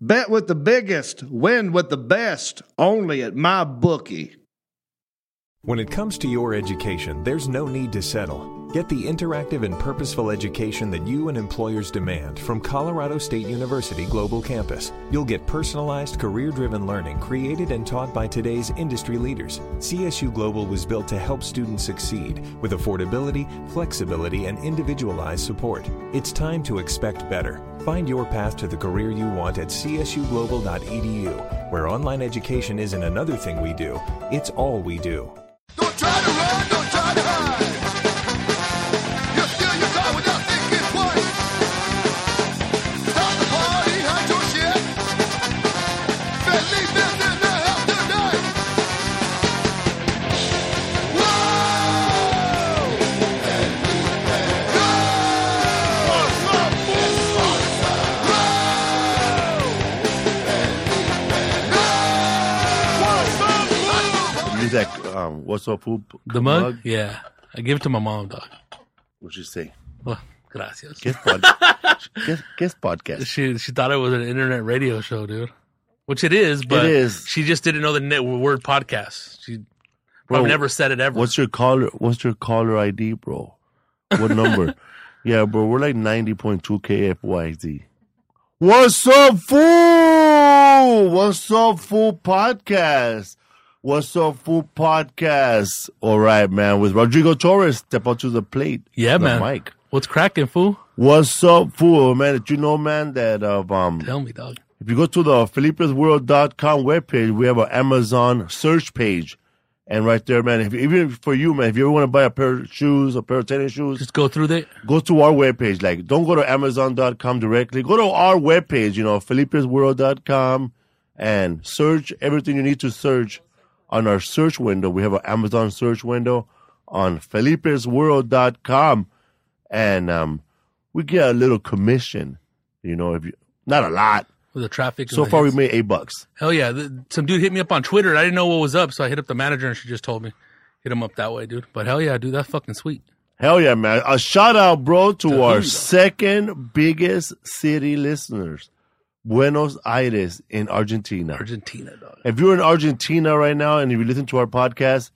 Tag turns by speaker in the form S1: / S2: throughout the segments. S1: Bet with the biggest, win with the best, only at my bookie.
S2: When it comes to your education, there's no need to settle. Get the interactive and purposeful education that you and employers demand from Colorado State University Global Campus. You'll get personalized, career driven learning created and taught by today's industry leaders. CSU Global was built to help students succeed with affordability, flexibility, and individualized support. It's time to expect better. Find your path to the career you want at csuglobal.edu, E where online education isn't another thing we do, it's all we do.
S3: Don't try to run, don't try to hide. You steal your time without thinking twice. Stop the party, hide your shit. Believe this in the house tonight. Whoa!
S4: Use that um, what's up poop
S5: The mug? Yeah. I give it to my mom, dog.
S4: What'd you say?
S5: Well, gracias.
S4: Guest pod, guest, guest podcast.
S5: She she thought it was an internet radio show, dude. Which it is, but
S4: is.
S5: she just didn't know the net word podcast. She
S4: Bro,
S5: probably never said it ever.
S4: What's your caller? What's your caller ID, bro? What number? yeah, bro, we're like ninety point two KFYZ. What's up, fool? What's up, fool? Podcast. What's up, fool? Podcast. All right, man. With Rodrigo Torres, step up to the plate.
S5: yeah,
S4: The
S5: man.
S4: Mike.
S5: What's cracking, fool?
S4: What's up, fool? Man, did you know, man, that uh, um,
S5: Tell me, dog.
S4: If you go to the Felipe'sWorld.com webpage, we have an Amazon search page. And right there, man, if, even for you, man, if you ever want to buy a pair of shoes, a pair of tennis shoes,
S5: Just go through that.
S4: go to our webpage. Like, don't go to Amazon.com directly. Go to our webpage, you know, Felipe'sWorld.com and search everything you need to search on our search window. We have an Amazon search window on Felipe'sWorld.com. And, um, we get a little commission, you know, if you, not a lot.
S5: With the traffic. and
S4: So
S5: the
S4: far, we
S5: hits.
S4: made eight bucks.
S5: Hell yeah. Th- Some dude hit me up on Twitter. and I didn't know what was up, so I hit up the manager and she just told me. Hit him up that way, dude. But hell yeah, dude, that's fucking sweet.
S4: Hell yeah, man! A shout out, bro, to
S5: To
S4: our
S5: who, though?
S4: second biggest city listeners, Buenos Aires in Argentina.
S5: Argentina, dog.
S4: If you're in Argentina right now and if you listen to our podcast,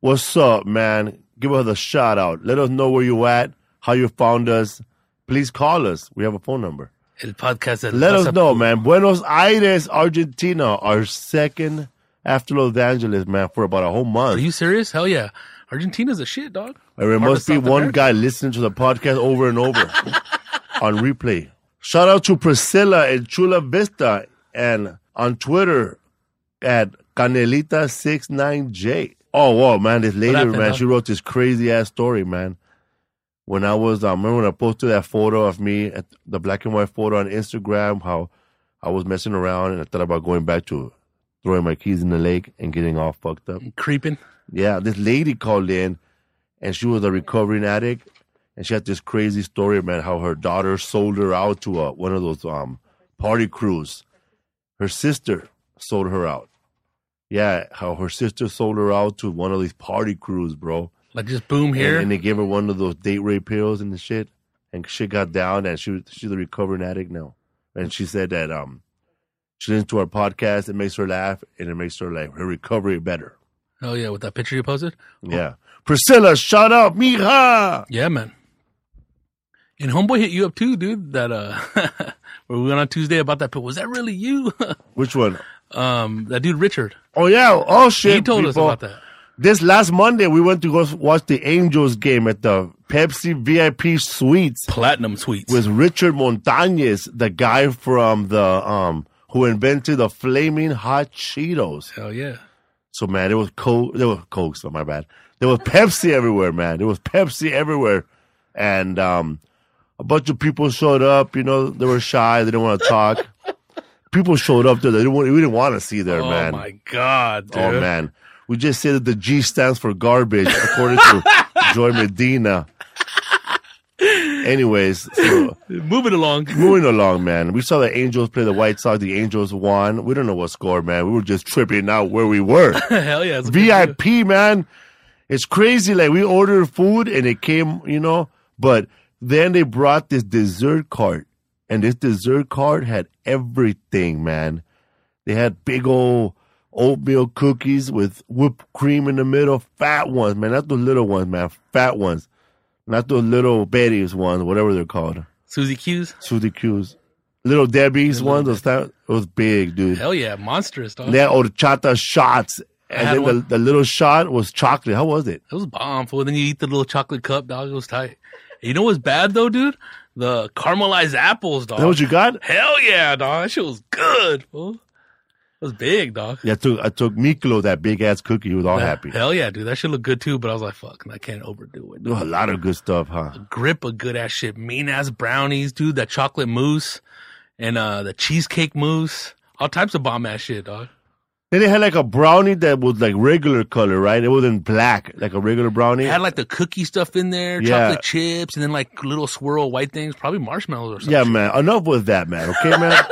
S4: what's up, man? Give us a shout out. Let us know where you at, how you found us. Please call us. We have a phone number.
S5: El podcast. del
S4: Let us
S5: WhatsApp.
S4: know, man. Buenos Aires, Argentina, our second after Los Angeles, man, for about a whole month.
S5: Are you serious? Hell yeah. Argentina's a shit, dog.
S4: Or There
S5: Part of
S4: must be
S5: South
S4: one
S5: America.
S4: guy listening to the podcast over and over on replay. Shout out to Priscilla in Chula Vista and on Twitter at Canelita69J. Oh, wow, man. This lady,
S5: happened,
S4: man,
S5: huh?
S4: she wrote this crazy ass story, man. When I was, I remember when I posted that photo of me, at the black and white photo on Instagram, how I was messing around and I thought about going back to throwing my keys in the lake and getting all fucked up.
S5: Creeping.
S4: Yeah, this lady called in, and she was a recovering addict, and she had this crazy story, man, how her daughter sold her out to uh, a, one of those um party crews. Her sister sold her out, yeah, how her sister sold her out to one of these party crews, bro.
S5: Like just boom here.
S4: And, and they gave her one of those date rape pills and the shit, and shit got down, and she was- she's a recovering addict now. And she said that um, she listens to our podcast, it makes her laugh, and it makes her like her recovery better.
S5: oh yeah, with that picture you posted.
S4: Yeah, Priscilla, shut up, mija.
S5: Yeah, man. And homeboy hit you up too, dude. That uh, where we went on Tuesday about that. But was that really you?
S4: Which one?
S5: um, that dude Richard.
S4: Oh yeah, oh shit.
S5: He told us
S4: people.
S5: about that.
S4: This last Monday, we went to go watch the Angels game at the Pepsi VIP Suites.
S5: Platinum sweets.
S4: with Richard Montañez, the guy from the um who invented the flaming hot Cheetos.
S5: Hell yeah.
S4: So man, it was coke. There was coke. So my bad. There was Pepsi everywhere, man. There was Pepsi everywhere, and um, a bunch of people showed up. You know, they were shy. They didn't want to talk. people showed up there. They didn't want. We didn't want to see there,
S5: Oh
S4: man.
S5: my god, dude.
S4: Oh man, we just said that the G stands for garbage, according to Joy Medina. Anyways, so
S5: Moving along.
S4: moving along, man. We saw the Angels play the White Sox. The Angels won. We don't know what score, man. We were just tripping out where we were.
S5: Hell yeah. it's a good deal.
S4: VIP, man. It's crazy. Like we ordered food and it came, you know, but then they brought this dessert cart and this dessert cart had everything, man. They had big old oatmeal cookies with whipped cream in the middle, fat ones, man. Not those little ones, man. Fat ones. Not those little Betty's ones, whatever they're called.
S5: Susie Q's.
S4: Suzy Q's. Little Debbie's ones. Those that it was big, dude.
S5: Hell yeah, monstrous dog.
S4: They had horchata shots.
S5: had
S4: And then the,
S5: one.
S4: the little shot was chocolate. How was it?
S5: It was bomb fool. Then you eat the little chocolate cup, dog. It was tight. You know what's bad though, dude? The caramelized apples, dog.
S4: That what you got?
S5: Hell yeah, dog. That shit was good. Fool. It was big, dog.
S4: Yeah, I took I took Miklo that big ass cookie. He was all happy.
S5: Hell yeah, dude. That shit looked good too. But I was like, fuck, I can't overdo it.
S4: There was a lot of good stuff, huh?
S5: Grip of good ass shit. Mean ass brownies, dude. That chocolate mousse and uh the cheesecake mousse. All types of bomb ass shit, dog.
S4: Then they had like a brownie that was like regular color, right? It wasn't black, like a regular brownie.
S5: It had like the cookie stuff in there,
S4: Yeah.
S5: chocolate chips, and then like little swirl white things, probably marshmallows or something.
S4: yeah, man. Enough with that, man. Okay, man.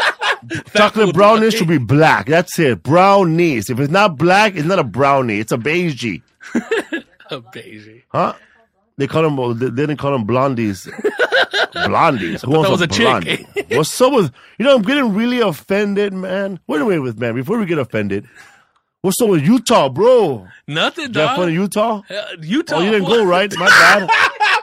S4: chocolate brownies should be black. That's it. Brownies. If it's not black, it's not a brownie. It's a beigey.
S5: Amazing.
S4: Huh? They call them. They didn't call them blondies. blondies. Who wants
S5: that was a chick.
S4: blondie? What's up with you know? I'm getting really offended, man. Wait a minute, with man. Before we get offended, what's up with Utah, bro?
S5: Nothing,
S4: Did I
S5: dog.
S4: fun in Utah?
S5: Uh, Utah.
S4: Oh, you didn't
S5: fool.
S4: go right. My bad.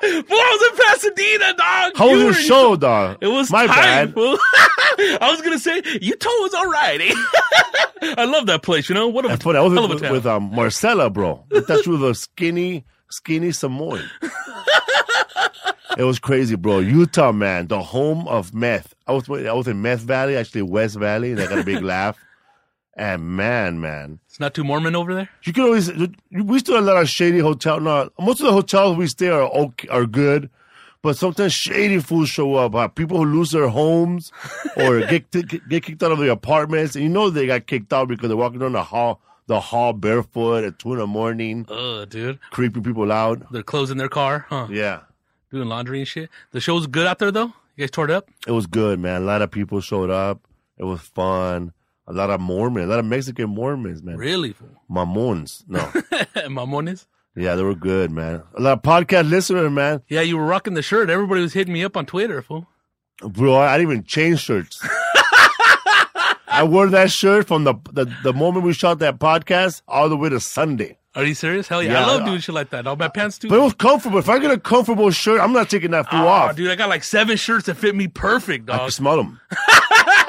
S5: Fool, I was in Pasadena, dog.
S4: How was
S5: You
S4: your
S5: were-
S4: show, dog?
S5: It was
S4: my
S5: tight,
S4: bad.
S5: fool. I was gonna say Utah was all right. eh? I love that place. You know what a
S4: That's funny. I was
S5: hell of a
S4: with,
S5: town.
S4: with um, Marcella, bro. I thought she was a skinny, skinny Samoan. it was crazy, bro. Utah, man, the home of meth. I was I was in Meth Valley, actually West Valley, and I got a big laugh. And man, man,
S5: it's not too Mormon over there.
S4: you can always we still have a lot of shady hotel. No, most of the hotels we stay are okay, are good, but sometimes shady fools show up. huh? People who lose their homes or get get kicked out of their apartments, and you know they got kicked out because they're walking down the hall the hall barefoot at two in the morning,
S5: Ugh, dude,
S4: creeping people out.
S5: they're closing their car, huh?
S4: Yeah,
S5: Doing laundry and shit. The show's good out there though. You guys tore it up.
S4: it was good, man. A lot of people showed up. It was fun. A lot of Mormons, a lot of Mexican Mormons, man.
S5: Really, fool.
S4: Mamons, no,
S5: Mamones.
S4: yeah, they were good, man. A lot of podcast listeners, man.
S5: Yeah, you were rocking the shirt. Everybody was hitting me up on Twitter, fool.
S4: Bro, I didn't even change shirts. I wore that shirt from the, the the moment we shot that podcast all the way to Sunday.
S5: Are you serious? Hell yeah,
S4: Yeah,
S5: I love
S4: I-
S5: doing shit like that. All my pants too.
S4: But it was comfortable. If I get a comfortable shirt, I'm not taking that fool
S5: Ah,
S4: off.
S5: dude, I got like seven shirts that fit me perfect,
S4: I can
S5: dog.
S4: smell them.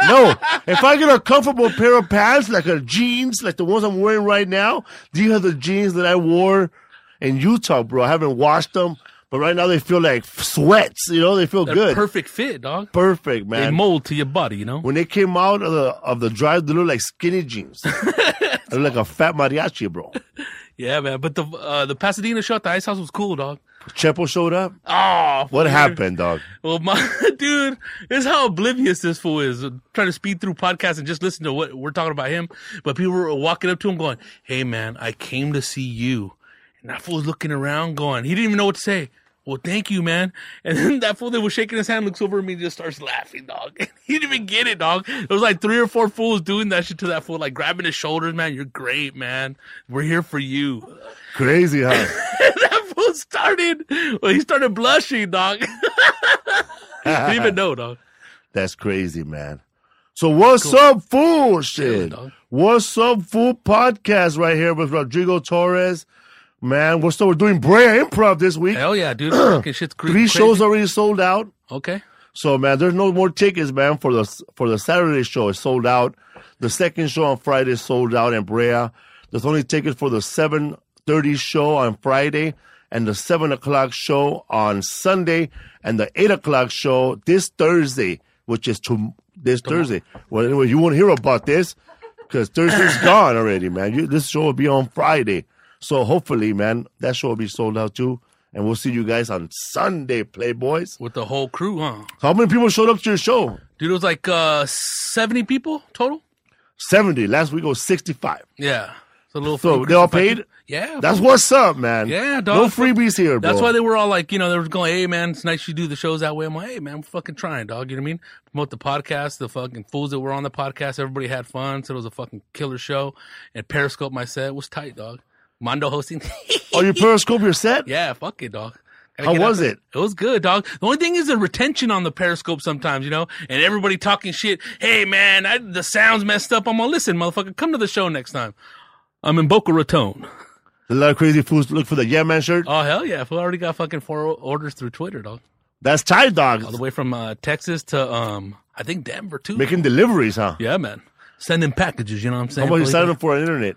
S4: no, if I get a comfortable pair of pants, like a jeans, like the ones I'm wearing right now, these are the jeans that I wore in Utah, bro. I haven't washed them, but right now they feel like sweats. You know, they feel
S5: They're
S4: good.
S5: perfect fit, dog.
S4: perfect,
S5: They
S4: man.
S5: mold to your body, you know.
S4: when they came out of the of the drive, they looked like skinny jeans. they looked like a fat mariachi, bro.
S5: Yeah, man. But the uh, the Pasadena show at the Ice House was cool, dog.
S4: Chepo showed up.
S5: Oh,
S4: What happened, dog?
S5: Well, my dude, this is how oblivious this fool is. Trying to speed through podcasts and just listen to what we're talking about him. But people were walking up to him going, "Hey, man, I came to see you," and that fool's looking around going, he didn't even know what to say. well, thank you, man. And then that fool that was shaking his hand looks over at me and just starts laughing, dog. he didn't even get it, dog. There was like three or four fools doing that shit to that fool, like grabbing his shoulders, man. You're great, man. We're here for you.
S4: Crazy, huh?
S5: that fool started, well, he started blushing, dog. didn't even know, dog.
S4: That's crazy, man. So what's up, fool? Shit.
S5: dog.
S4: what's up, fool? Podcast right here with Rodrigo Torres. Man, we're still we're doing Brea Improv this week.
S5: Hell yeah, dude. Fucking shit's cra-
S4: Three
S5: crazy.
S4: shows already sold out.
S5: Okay.
S4: So man, there's no more tickets, man. For the for the Saturday show, it's sold out. The second show on Friday is sold out in Brea. There's only tickets for the 7:30 show on Friday and the seven o'clock show on Sunday and the eight o'clock show this Thursday, which is to this Thursday. Well, anyway, you won't hear about this because Thursday's gone already, man. You, this show will be on Friday, so hopefully, man, that show will be sold out too. And we'll see you guys on Sunday, Playboys.
S5: With the whole crew, huh?
S4: How many people showed up to your show?
S5: Dude, it was like uh, 70 people total.
S4: 70. Last week was 65.
S5: Yeah. So, a little
S4: So
S5: fucking
S4: they all
S5: fucking-
S4: paid?
S5: Yeah.
S4: That's what's up, man.
S5: Yeah,
S4: No
S5: dog.
S4: freebies here, bro.
S5: That's why they were all like, you know, they were going, hey, man, it's nice you do the shows that way. I'm like, hey, man, I'm fucking trying, dog. You know what I mean? Promote the podcast, the fucking fools that were on the podcast. Everybody had fun. So it was a fucking killer show. And Periscope, my set was tight, dog. Mondo hosting.
S4: Oh, you Periscope your set?
S5: yeah, fuck it, dog. Gotta
S4: How
S5: get out
S4: was
S5: there.
S4: it?
S5: It was good, dog. The only thing is the retention on the Periscope sometimes, you know, and everybody talking shit. Hey, man, I, the sound's messed up. I'm gonna listen, motherfucker. Come to the show next time. I'm in Boca Raton.
S4: A lot of crazy fools look for the Yeah Man shirt.
S5: Oh hell yeah! I already got fucking four orders through Twitter, dog.
S4: That's Thai Dog.
S5: all the way from uh, Texas to um, I think Denver too.
S4: Making deliveries, huh?
S5: yeah, man. Sending packages, you know what I'm saying?
S4: How much you
S5: Believe
S4: signing
S5: me.
S4: up for on the internet?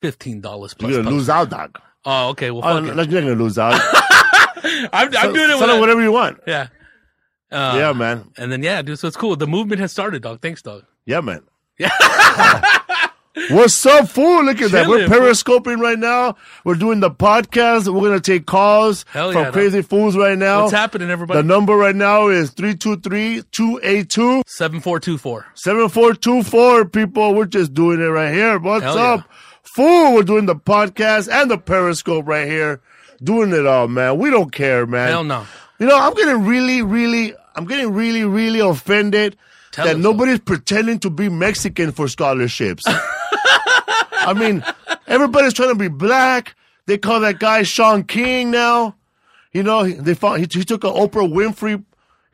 S5: Fifteen dollars plus.
S4: You're going to
S5: post.
S4: lose out, dog.
S5: Oh, okay. Well,
S4: Oh,
S5: fuck
S4: you're
S5: it.
S4: not going to lose out.
S5: I'm, I'm
S4: Sell
S5: doing it. With
S4: them
S5: whatever.
S4: whatever you want.
S5: Yeah. Uh,
S4: yeah, man.
S5: And then yeah, dude. So it's cool. The movement has started, dog. Thanks, dog.
S4: Yeah, man. What's up, fool? Look at that. We're
S5: Chilling, fool.
S4: periscoping right now. We're doing the podcast. We're going to take calls
S5: Hell
S4: from
S5: yeah, dog.
S4: crazy fools right now.
S5: What's happening, everybody?
S4: The number right now is 323-282-7424.
S5: Seven four two four.
S4: People, we're just doing it right here. What's
S5: Hell yeah.
S4: up? Fool, we're doing the podcast and the Periscope right here. Doing it all, man. We don't care, man.
S5: Hell no.
S4: You know, I'm getting really, really, I'm getting really, really offended
S5: Tell
S4: that
S5: us,
S4: nobody's pretending to be Mexican for scholarships. I mean, everybody's trying to be black. They call that guy Sean King now. You know, he- they found he, he took an Oprah Winfrey,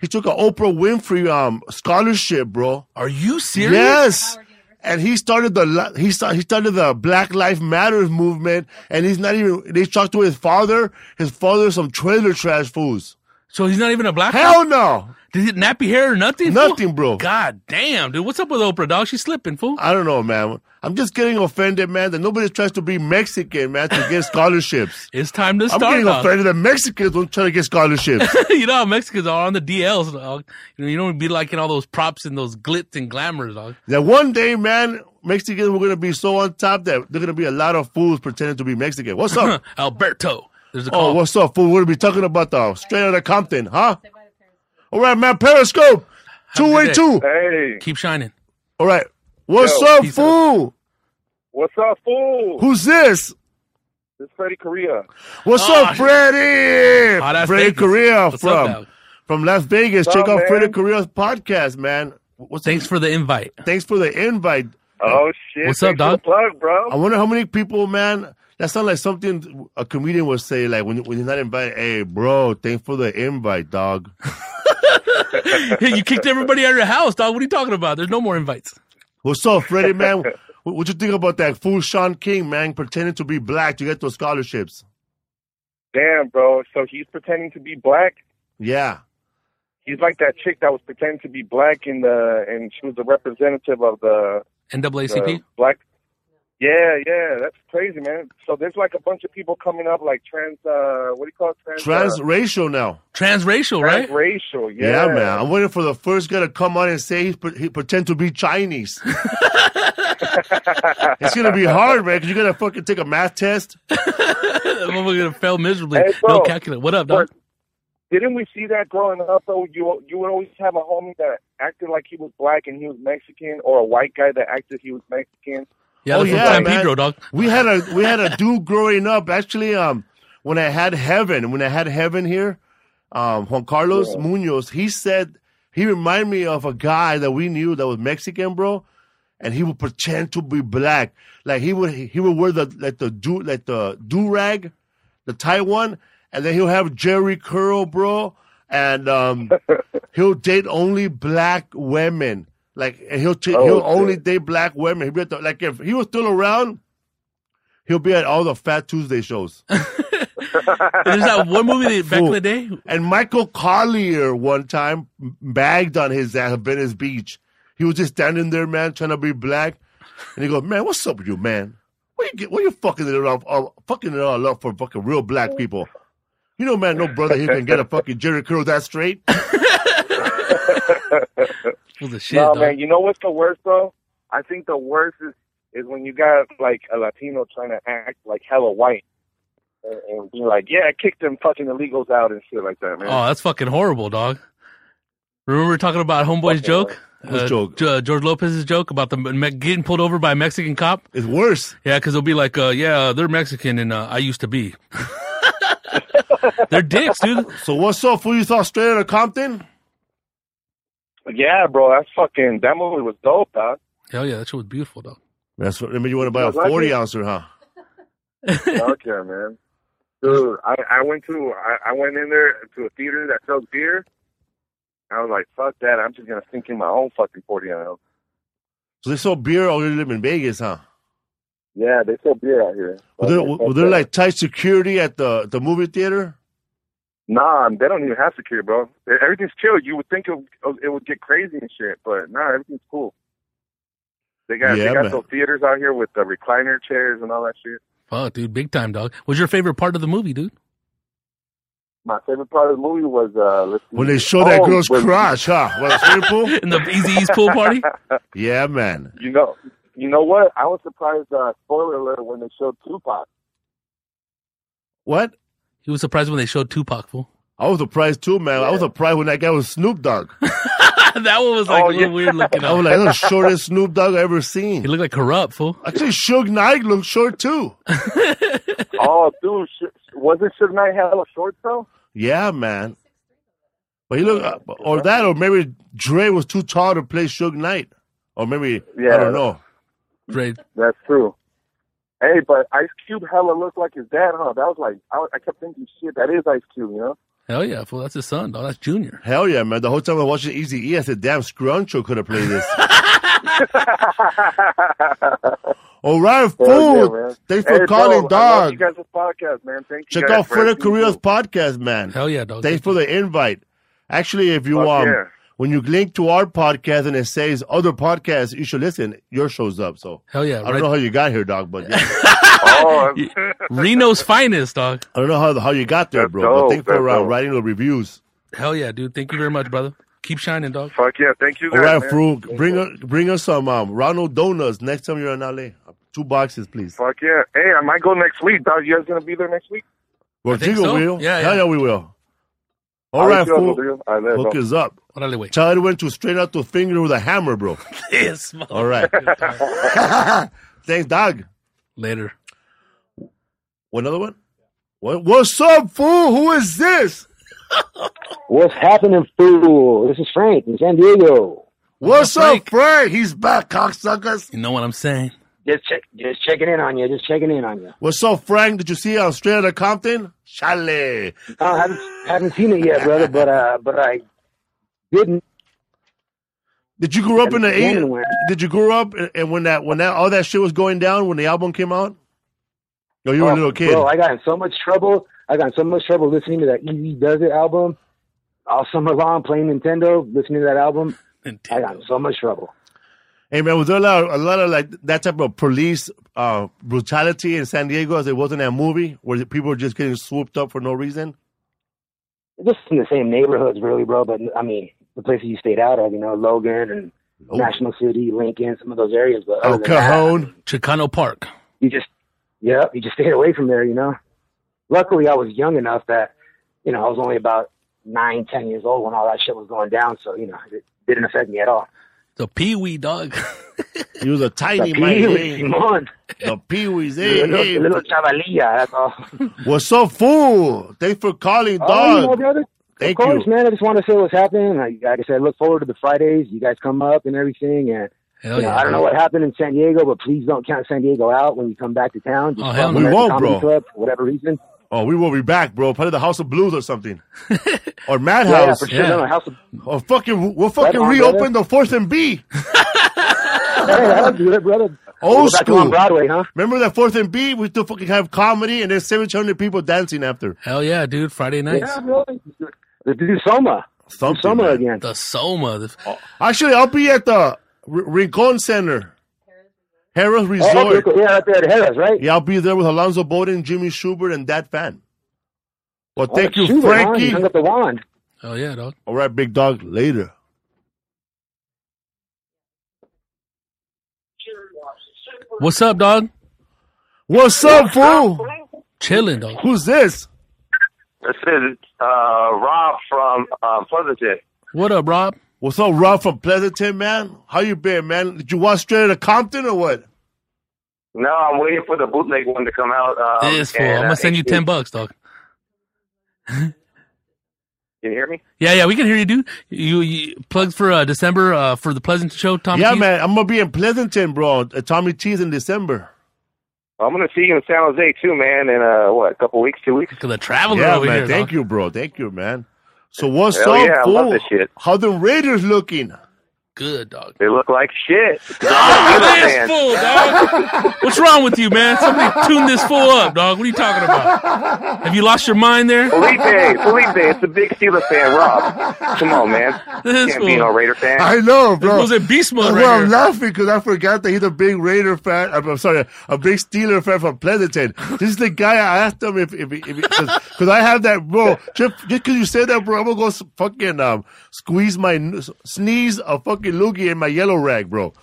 S4: he took an Oprah Winfrey um scholarship, bro.
S5: Are you serious?
S4: Yes. And he started the li- he started he started the Black Lives Matters movement, and he's not even they talked to his father. His father's some trailer trash fools.
S5: So he's not even a black. guy?
S4: Hell no.
S5: Did it nappy hair or nothing? fool?
S4: Nothing, bro.
S5: God damn, dude. What's up with Oprah, dog? She's slipping, fool.
S4: I don't know, man. I'm just getting offended, man, that nobody tries to be Mexican, man, to get scholarships.
S5: It's time to
S4: I'm
S5: start.
S4: getting
S5: dog.
S4: offended that Mexicans don't try to get scholarships.
S5: you know how Mexicans are on the DLs, dog. You know, you don't be liking all those props and those glitz and glamours, dog.
S4: that one day, man, Mexicans were going to be so on top that they're going to be a lot of fools pretending to be Mexican. What's up?
S5: Alberto. There's a
S4: oh,
S5: call.
S4: what's up, fool? We're going to be talking about the straight out of Compton, huh? All right, man, Periscope.
S5: a good
S4: 282.
S6: Hey,
S5: Keep shining.
S4: All right. What's
S6: Yo,
S4: up,
S5: peace
S4: fool?
S6: what's up, fool?
S4: Who's this?
S6: This is Freddie Korea.
S4: What's
S5: Oh,
S4: up, Freddie?
S5: Oh, that's
S4: Freddie
S5: Vegas.
S4: Korea
S5: What's up,
S4: from
S5: dog?
S4: from Las Vegas.
S6: What's
S4: Check
S6: up,
S4: out Freddie
S6: man?
S4: Korea's podcast, man. What's
S5: Thanks for the invite.
S4: thanks for the invite.
S6: Oh shit!
S5: What's up,
S6: thanks for the
S5: dog?
S6: Plug, bro.
S4: I wonder how many people, man. That sounds like something a comedian would say, like when when you're not invited. Hey, bro, thanks for the invite, dog.
S5: Hey, you kicked everybody out of your house, dog. What are you talking about? There's no more invites.
S4: What's up, Freddie, man? what, what you think about that fool Sean King, man, pretending to be black to get those scholarships?
S6: Damn, bro. So he's pretending to be black.
S4: Yeah,
S6: He's like that chick that was pretending to be black in the, and she was the representative of the, the
S5: NAACP?
S6: black. Yeah, yeah, that's crazy, man. So there's like a bunch of people coming up, like trans. Uh, what do you call it? Trans. uh,
S4: transracial now.
S5: Transracial, right?
S6: Transracial.
S4: Yeah.
S6: Yeah.
S4: man. I'm waiting for the first guy to come on and say he, pre- he pretend to be Chinese. it's gonna be hard, man. Cause you gotta fucking take a math test.
S5: I'm going to fail miserably.
S6: Hey, bro.
S5: no calculator. What up, dog?
S6: But didn't we see that growing up? Though you you would always have a homie that acted like he was black and he was Mexican, or a white guy that acted he was Mexican.
S5: Yeah,
S4: oh
S5: they're from
S4: yeah,
S5: San
S4: man.
S5: Pedro, dog.
S4: We had a we had a dude growing up. Actually, um, when I had heaven, when I had heaven here, um, Juan Carlos Munoz, he said he reminded me of a guy that we knew that was Mexican, bro, and he would pretend to be black. Like he would he would wear the like the do like the do rag, the tight one, and then he'll have Jerry curl, bro, and um, he'll date only black women. Like and he'll t-
S6: Oh,
S4: he'll
S6: shit.
S4: only date black women. He'll be at the, like if he was still around, he'll be at all the Fat Tuesday shows.
S5: There's that one movie that back in
S4: Fool.
S5: the day.
S4: And Michael Collier one time bagged on his ass at Venice Beach. He was just standing there, man, trying to be black. And he goes, man, what's up with you, man? What you get? What you fucking it all? all- fucking it all up for fucking real black people? You know, man, no brother here can get a fucking Jerry curl that straight.
S5: Well, the shit,
S6: No,
S5: dog.
S6: man. You know what's the worst though? I think the worst is is when you got like a Latino trying to act like hella white and, and be like, "Yeah, kick them fucking illegals out and shit like that, man."
S5: Oh, that's fucking horrible, dog. Remember we were talking about Homeboy's
S6: Fucking
S5: joke?
S4: Whose joke?
S5: Ge- uh, George Lopez's joke about the Me- getting pulled over by a Mexican cop.
S4: It's worse.
S5: Yeah, because they'll be like, uh, "Yeah, they're Mexican, and uh, I used to be." they're dicks, dude.
S4: So what's up, fool? You saw straight out of Compton?
S6: Yeah, bro. That's fucking. That movie was dope, dog.
S5: Hell yeah, that shit was beautiful, dog.
S4: That's what. I mean, you want to buy a
S6: Like it?
S4: forty ouncer, huh?
S6: Fuck yeah, man. Dude, I, I went to I, I went in there to a theater that sells beer. I was like, fuck that. I'm just gonna sink in my own fucking forty ounce.
S4: So they sell beer all you live in Vegas, huh?
S6: Yeah, they sell beer out here.
S4: Were there,
S6: Fuck
S4: were there
S6: that.
S4: like tight security at the the movie theater?
S6: Nah, they don't even have security, bro. E-, Everything's chill. You would think it would, it would get crazy and shit, but nah, everything's cool. They got
S4: Yeah,
S6: they got
S4: man.
S6: those theaters out here with the recliner chairs and all that shit.
S5: Fuck, dude, big time, dog. What's your favorite part of the movie, dude?
S6: My favorite part of the movie was uh, let's see.
S4: When they show that
S6: Oh,
S4: girl's
S6: when-
S4: crotch, huh? What, a swimming pool?
S5: In the Easy East pool party.
S4: Yeah, man.
S6: You know, you know what? I was surprised. Uh, spoiler alert: when they showed Tupac.
S4: What?
S5: He was surprised when they showed Tupac. Fool.
S4: I was surprised too, man. I was surprised when that guy was Snoop Dogg.
S5: that one was like a
S6: Oh,
S5: little
S6: yeah.
S5: weird looking.
S4: I was
S5: Dog.
S4: like, that's the shortest Snoop Dogg I ever
S5: He
S4: seen.
S5: looked like corrupt, fool.
S4: Actually, Suge Knight looked short too.
S6: oh, dude, sh- wasn't Suge Knight hella short though?
S4: Yeah, man. But he looked, or that, or maybe Dre was too tall to play Suge Knight, or maybe I
S6: Yeah.
S4: don't know.
S5: Right.
S6: That's true. Hey, but Ice Cube hella looked like his dad, huh? That was like I, I kept thinking, shit, that is Ice Cube, you know?
S5: Hell yeah, fool. That's his son, dog. That's Junior.
S4: Hell yeah, man! The whole time I was watching Easy E, I said, "Damn, Scruncho could have played this." All right,
S6: Hell yeah,
S4: food.
S6: man.
S4: Thanks
S6: Hey,
S4: for
S6: bro,
S4: calling,
S6: I love you
S4: dog.
S6: guys' podcast, man. Thank you.
S4: Check
S6: guys
S4: out
S6: for
S4: Freddy
S6: everything you
S4: Carrillo's
S6: do.
S4: podcast, man.
S5: Hell yeah, dog.
S4: Thanks for the invite. Actually, if you
S6: Fuck
S4: um,
S6: yeah.
S4: when you link to our podcast and it says other podcasts, you should listen. Your show's up, so
S5: Hell
S4: I
S5: yeah.
S4: don't
S5: right.
S4: know how you got here, dog, but yeah.
S6: Oh,
S5: Reno's finest, dog.
S4: I don't know how how you got there,
S6: That's
S4: bro. But
S6: dope,
S4: thanks for
S6: that's
S4: uh,
S6: dope.
S4: writing the reviews.
S5: Hell yeah, dude. Thank you very much, brother. Keep shining, dog.
S6: fuck yeah. Thank you
S4: All right,
S6: guys. man.
S4: Frug, bring us bring us some um, Ronald donuts next time you're in LA. Two boxes, please.
S6: Fuck yeah. Hey, I might go next week, dog. You guys gonna be there next week?
S4: Well,
S5: think
S4: Jiggle
S5: so.
S4: will.
S5: Yeah,
S4: Hell
S5: yeah.
S4: yeah, we will. All right,
S6: cool.
S4: fool.
S6: I live.
S4: Hook is up.
S5: Órale, güey.
S4: Tell Edwin to straight out the finger with a hammer, bro.
S5: Yes,
S4: All right. Thanks, dog.
S5: Later.
S4: What another one? What, what's up, fool? Who is this?
S7: What's happening, fool? This is Frank in San Diego.
S4: What's
S5: up,
S4: up, Frank? He's back, cocksuckers.
S5: You know what I'm saying?
S7: Just check, just checking in on you. Just checking in on you.
S4: What's up, Frank? Did you see on Straight Outta Compton? Chalet.
S7: Uh, I haven't haven't seen it yet, brother, but uh, but I didn't.
S4: Did you grow up in the
S7: Yeah,
S4: eight?
S7: man.
S4: Did you grow up and- and when that when that all that shit was going down when the album came out? No, you were a little kid.
S7: Bro, I got in so much trouble. I got in so much trouble listening to that Easy Does It album all summer long, playing Nintendo, listening to that album. I got in so much trouble.
S4: hey man, was there a lot, of, a lot of like that type of police uh, brutality in San Diego as it was in that movie where the people were just getting swooped up for no reason?
S7: Just in the same neighborhoods, really, bro. But I mean, the places you stayed out of, you know, Logan and
S4: Oh.
S7: National City, Lincoln, some of those areas. But
S4: El
S7: other than that,
S4: Cajon.
S5: Chicano Park.
S7: you just yeah, you just stayed away from there, you know. Luckily I was young enough that, you know, I was only about nine, ten years old when all that shit was going down, so you know, it didn't affect me at all.
S5: The Pee Wee dog.
S4: He was a tiny
S7: The
S4: man.
S7: Pee-wee,
S4: Hey,
S7: Simon.
S4: the peewees. Hey,
S7: Little,
S4: hey.
S7: little chavalilla, that's all.
S4: What's up, fool? Thanks for calling,
S7: Oh, you know,
S4: dog.
S7: brother,
S4: Thank
S7: of course,
S4: you.
S7: man. I just want to say what's happening. Like, like I said, look forward to the Fridays. You guys come up and everything. And
S5: Hell
S7: you know,
S5: yeah.
S7: I don't know what happened in San Diego, but please don't count San Diego out when you come back to town. Just
S5: Oh, hell
S7: come
S5: no.
S7: at
S4: We
S7: the
S4: won't,
S7: comedy
S4: bro.
S7: Club, for whatever reason.
S4: Oh, we will be back, bro. Probably the House of Blues or something. or
S7: Yeah,
S4: Madhouse.
S7: for sure.
S5: yeah.
S7: No, House of,
S4: Or fucking, we'll fucking
S7: on,
S4: reopen the 4th and B.
S7: hey, that'll do it, brother.
S4: Old
S7: Go back to
S4: school.
S7: on Broadway, huh?
S4: Remember that 4th and B? We still fucking have comedy and there's 700 people dancing after.
S5: Hell yeah, dude. Friday nights.
S7: Yeah, really. Let's do Soma.
S4: Something,
S7: Soma
S4: man. Oh,
S7: again.
S5: The Soma. The,
S4: Actually, I'll be at the R- Rincon Center, Harris Resort.
S7: Oh, okay, cool. yeah, right there at Harris, right?
S4: Yeah, I'll be there with Alonzo Bowden, Jimmy Schubert, and that fan. Well,
S7: Oh,
S4: thank you,
S7: shoot, huh?
S4: Frankie.
S7: hung up the wand.
S5: hell Oh, yeah, dog.
S4: All right, big dog. Later.
S5: What's up, dog?
S4: What's up, fool?
S5: Chilling, dog.
S4: Who's this?
S6: This is uh, Rob from uh, Pleasanton.
S5: What up, Rob?
S4: What's up, Rob from Pleasanton, man? How you been, man? Did you walk straight out of Compton or what?
S6: No, I'm waiting for the bootleg one to come out. Um,
S5: this fool.
S6: and,
S5: I'm
S6: uh,
S5: gonna send you
S6: it-
S5: ten bucks, dog.
S6: Can you hear me?
S5: Yeah, yeah, we can hear you, dude. You, you plugs for uh, December uh, for the Pleasant Show, Tom.
S4: yeah,
S5: Keith?
S4: man. I'm gonna be in Pleasanton, bro. At Tommy T's in December.
S6: I'm gonna see you in San Jose too, man. In uh, what, a couple weeks, two weeks?
S5: Look at the traveler
S4: yeah,
S5: over
S4: man.
S5: here.
S4: Thank
S5: dog.
S4: you, bro. Thank you, man. So what's
S6: Hell
S4: up,
S6: yeah, I
S4: fool?
S6: love this shit.
S4: How the Raiders looking?
S5: Good dog.
S6: They look like shit.
S5: Look at this
S6: man.
S5: fool, dog. What's wrong with you, man? Somebody tune this fool up, dog. What are you talking about? Have you lost your mind there?
S6: Felipe, Felipe, it's a big Steelers fan, Rob. Come on, man.
S5: This
S6: Can't be no
S5: fool.
S6: Raider fan.
S4: I know, bro.
S5: was in beast mode
S4: That's
S5: right
S4: why I'm
S5: here.
S4: laughing because I forgot that he's a big Raider fan. I'm, I'm sorry, a big Steeler fan from Pleasanton. This is the guy I asked him if if because I have that bro. Just because you said that, bro, I'm gonna go s- fucking um squeeze my n- sneeze a fucking loogie in my yellow rag, bro.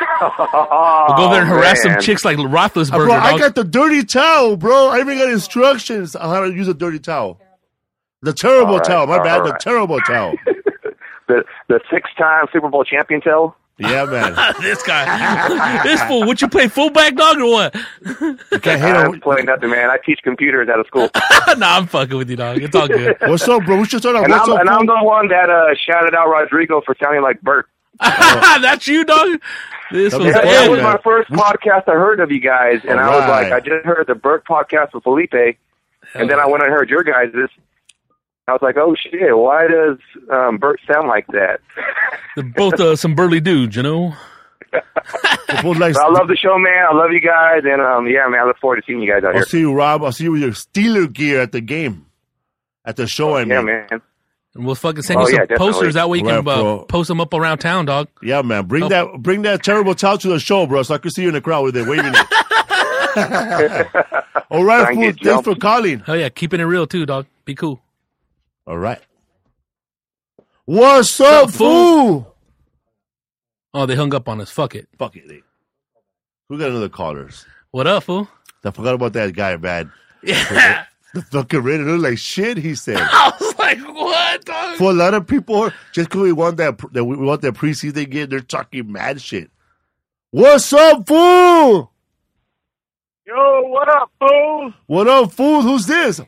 S6: Oh,
S5: Go over there and harass
S6: man.
S5: some chicks like Roethlisberger,
S4: Uh, bro, I
S5: dog.
S4: got the dirty towel, bro. I even got instructions on how to use a dirty towel. The terrible
S6: All right,
S4: towel, my
S6: all
S4: bad. The
S6: right.
S4: terrible towel.
S6: The, the six-time Super Bowl champion tell?
S4: Yeah, man.
S5: this guy, this fool. What you play fullback, dog, or what?
S4: You can't hate
S6: I
S4: on.
S6: don't play nothing, man. I teach computers out of school.
S5: nah, I'm fucking with you, dog. It's all good.
S4: What's up, bro? We should start a
S6: And,
S4: what's
S6: I'm,
S4: up.
S6: and
S4: fool?
S6: I'm the one that uh, shouted out Rodrigo for sounding like Bert.
S5: That's you, dog. This
S4: That
S5: was
S4: was-
S6: That, that was
S5: dead,
S4: man.
S6: my first podcast I heard of you guys, and I was
S4: Alright.
S6: like, I just heard the Burt podcast with Felipe, and then I went and heard your guys'. I was like, oh shit, why does um, Burt sound like that?
S5: man. Both uh, some burly dudes, you know.
S4: Fool, like-
S6: But I love the show, man. I love you guys, and um, yeah, man, I look forward to seeing you guys out
S4: I'll
S6: here.
S4: see you, Rob. I'll see you with your Steeler gear at the game, at the show. I mean,
S6: Oh, Yeah, man.
S5: And we'll fucking send
S6: Oh,
S5: you some
S6: yeah, definitely.
S5: posters. That way you can
S4: Right,
S5: uh,
S4: bro.
S5: post them up around town, dog.
S4: Yeah, man. Bring
S5: Oh.
S4: that, bring that terrible towel to the show, bro, so I can see you in the crowd with it, waving it. All right,
S6: Trying to
S4: fool.
S6: get
S4: Thanks for
S6: jumped.
S4: calling.
S5: Hell yeah, keeping it real too, dog. Be cool.
S4: All right. What's up,
S5: up, fool?
S4: fool?
S5: Oh, they hung up on us. Fuck it.
S4: Fuck it. dude. We got another callers.
S5: What up, fool?
S4: I forgot about that guy, man.
S5: Yeah.
S4: The fucking Raider looked like shit. He said.
S5: I was like, what, dog?
S4: For a lot of people, just because we want that, that we want that preseason game, they're talking mad shit. What's up, fool?
S6: Yo, what up, fool?
S4: What up, fool? Who's this?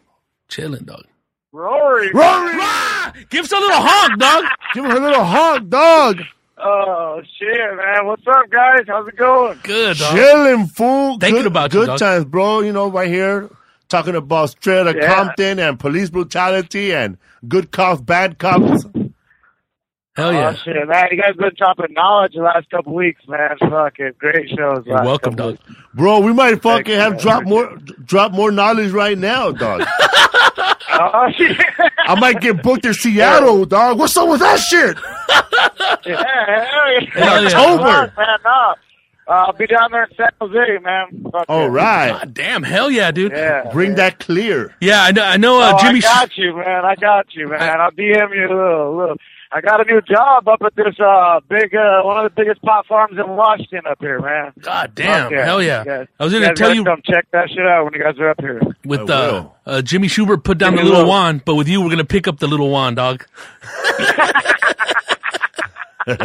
S5: Chilling, dog.
S6: Rory.
S4: Rory!
S5: Give us a little honk, dog.
S4: Give him a little honk, dog.
S6: Oh shit, man. What's up, guys? How's it going?
S5: Good, dog.
S4: Chilling, fool.
S5: Thinking
S4: good,
S5: about you,
S4: good
S5: dog.
S4: times, bro. You know, right here, talking about straight out of
S6: Yeah.
S4: Compton and police brutality and good cops, bad cops.
S5: Hell yeah.
S8: Oh shit, man! You guys been dropping knowledge the last couple weeks, man. Fucking great shows.
S5: You're
S8: last
S5: welcome,
S8: couple
S5: dog.
S8: weeks.
S4: bro, we might fucking
S8: you,
S4: have
S8: man.
S4: drop more, drop more knowledge right now, dog.
S8: Oh shit!
S4: I might get booked in Seattle, dog. What's up with that shit?
S8: yeah, hell yeah.
S5: Hell yeah.
S4: October.
S8: Fuck, man, no. Uh, I'll be down there in San Jose, man. Fuck
S4: All
S8: yeah.
S4: right.
S5: God damn, hell yeah, dude. Yeah,
S8: Yeah.
S4: Bring that clear.
S5: I know. I know. Uh,
S8: oh,
S5: Jimmy.
S8: I got you, man. I got you, man. I'll DM you. Look, look. I got a new job up at this uh big uh one of the biggest pot farms in Washington up here, man.
S5: God damn,
S8: Fuck yeah.
S5: hell yeah.
S8: Yes.
S5: I was gonna
S8: guys
S5: tell
S8: gotta
S5: you
S8: come check that shit out when you guys are up here.
S5: with
S4: I
S5: uh,
S4: will.
S5: uh, Jimmy Schubert put down
S8: Give
S5: the
S8: me a
S5: little
S8: look.
S5: wand, but with you, we're gonna pick up the little wand, dog. Hell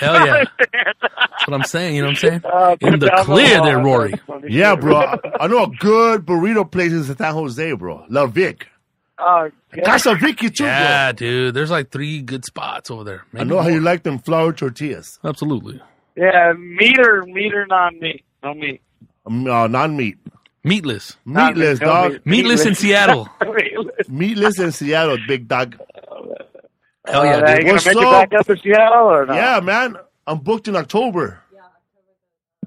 S5: yeah. That's what I'm saying. You know what I'm saying?
S8: Uh,
S5: In the clear there, Rory.
S4: Yeah, bro. I know a good burrito place in San Jose, bro. La Vic.
S8: Oh,
S4: Casa Vicky, too,
S5: Yeah, dude. There's like three good spots over there.
S4: bro. I
S5: Maybe
S4: know how you
S5: more.
S4: like them flour tortillas.
S5: Absolutely.
S8: yeah, meter, meter, non meat, no meat.
S4: Um, uh, non meat.
S5: Meatless.
S4: Meatless,
S8: no
S4: dog.
S8: meat.
S5: Meatless in Seattle.
S4: Meatless in Seattle, big dog.
S5: Hell
S8: Uh,
S5: yeah,
S8: they
S5: dude.
S8: gonna
S4: What's
S8: make it
S4: up?
S8: back up to Seattle or not?
S4: Yeah, man. I'm booked in October.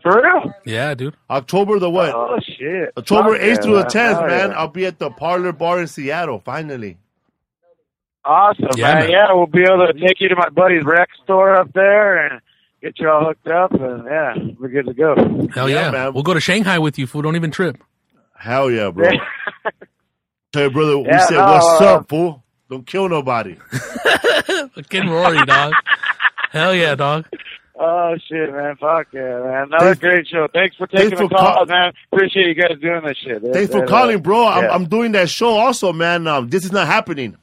S8: for real.
S5: Yeah, dude.
S4: October the what?
S8: Oh shit!
S4: October
S8: Fuck yeah,
S4: 8th through the
S8: man.
S4: 10th,
S8: Hell
S4: man.
S8: yeah.
S4: I'll be at the Parlor Bar in Seattle, finally.
S8: Awesome,
S5: Yeah,
S8: man.
S5: man.
S8: Yeah, we'll be able to take you to my buddy's rec store up there and get you all hooked up, and yeah, we're good to go.
S5: Hell
S4: Yeah,
S5: yeah.
S4: man.
S5: We'll go to Shanghai with you, fool. Don't even trip.
S4: Hell yeah, bro. Tell your brother, we
S8: Yeah,
S4: said,
S8: no,
S4: what's
S8: uh,
S4: up, fool? Don't kill nobody.
S5: Fucking Rory, dog. Hell yeah, dog.
S8: oh shit, man! Fuck yeah, man! Another
S4: Thanks-
S8: great show. Thanks for
S4: thanks
S8: taking the
S4: for
S8: call,
S4: call-
S8: man. Appreciate you guys doing this shit. uh,
S4: Thanks
S8: Yeah,
S4: for calling, bro. I'm,
S8: Yeah.
S4: I'm doing that show also, man. Um, this is not happening.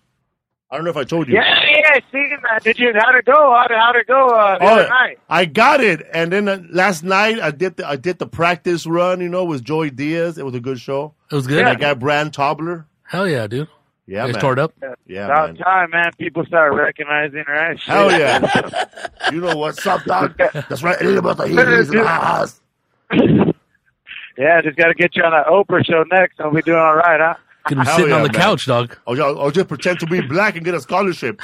S4: I don't know if I told you.
S8: Yeah, yeah. See, man. Did you? How'd it go? How'd, how'd it go uh, the
S4: Oh,
S8: other night?
S4: I got it. And then uh, last night I did the I did the practice run, you know, with Joey Diaz. It was a good show.
S5: It was good.
S4: And I got Brand Tobler.
S5: Hell yeah, dude.
S4: Yeah, man.
S5: You guys tore it up.
S4: Yeah,
S8: About
S4: man.
S8: time, man. People start recognizing, right? Shit.
S4: Hell yeah. you know what's up, dog? That's right. It ain't about the heels and the ass.
S8: Yeah, just got to get you on an Uh, Oprah show next, and we'll be doing all right, huh?
S5: Could be
S4: Hell
S5: sitting on
S4: yeah,
S5: the
S4: man.
S5: couch, dog.
S4: Or, y'all- or just pretend to be black and get a scholarship.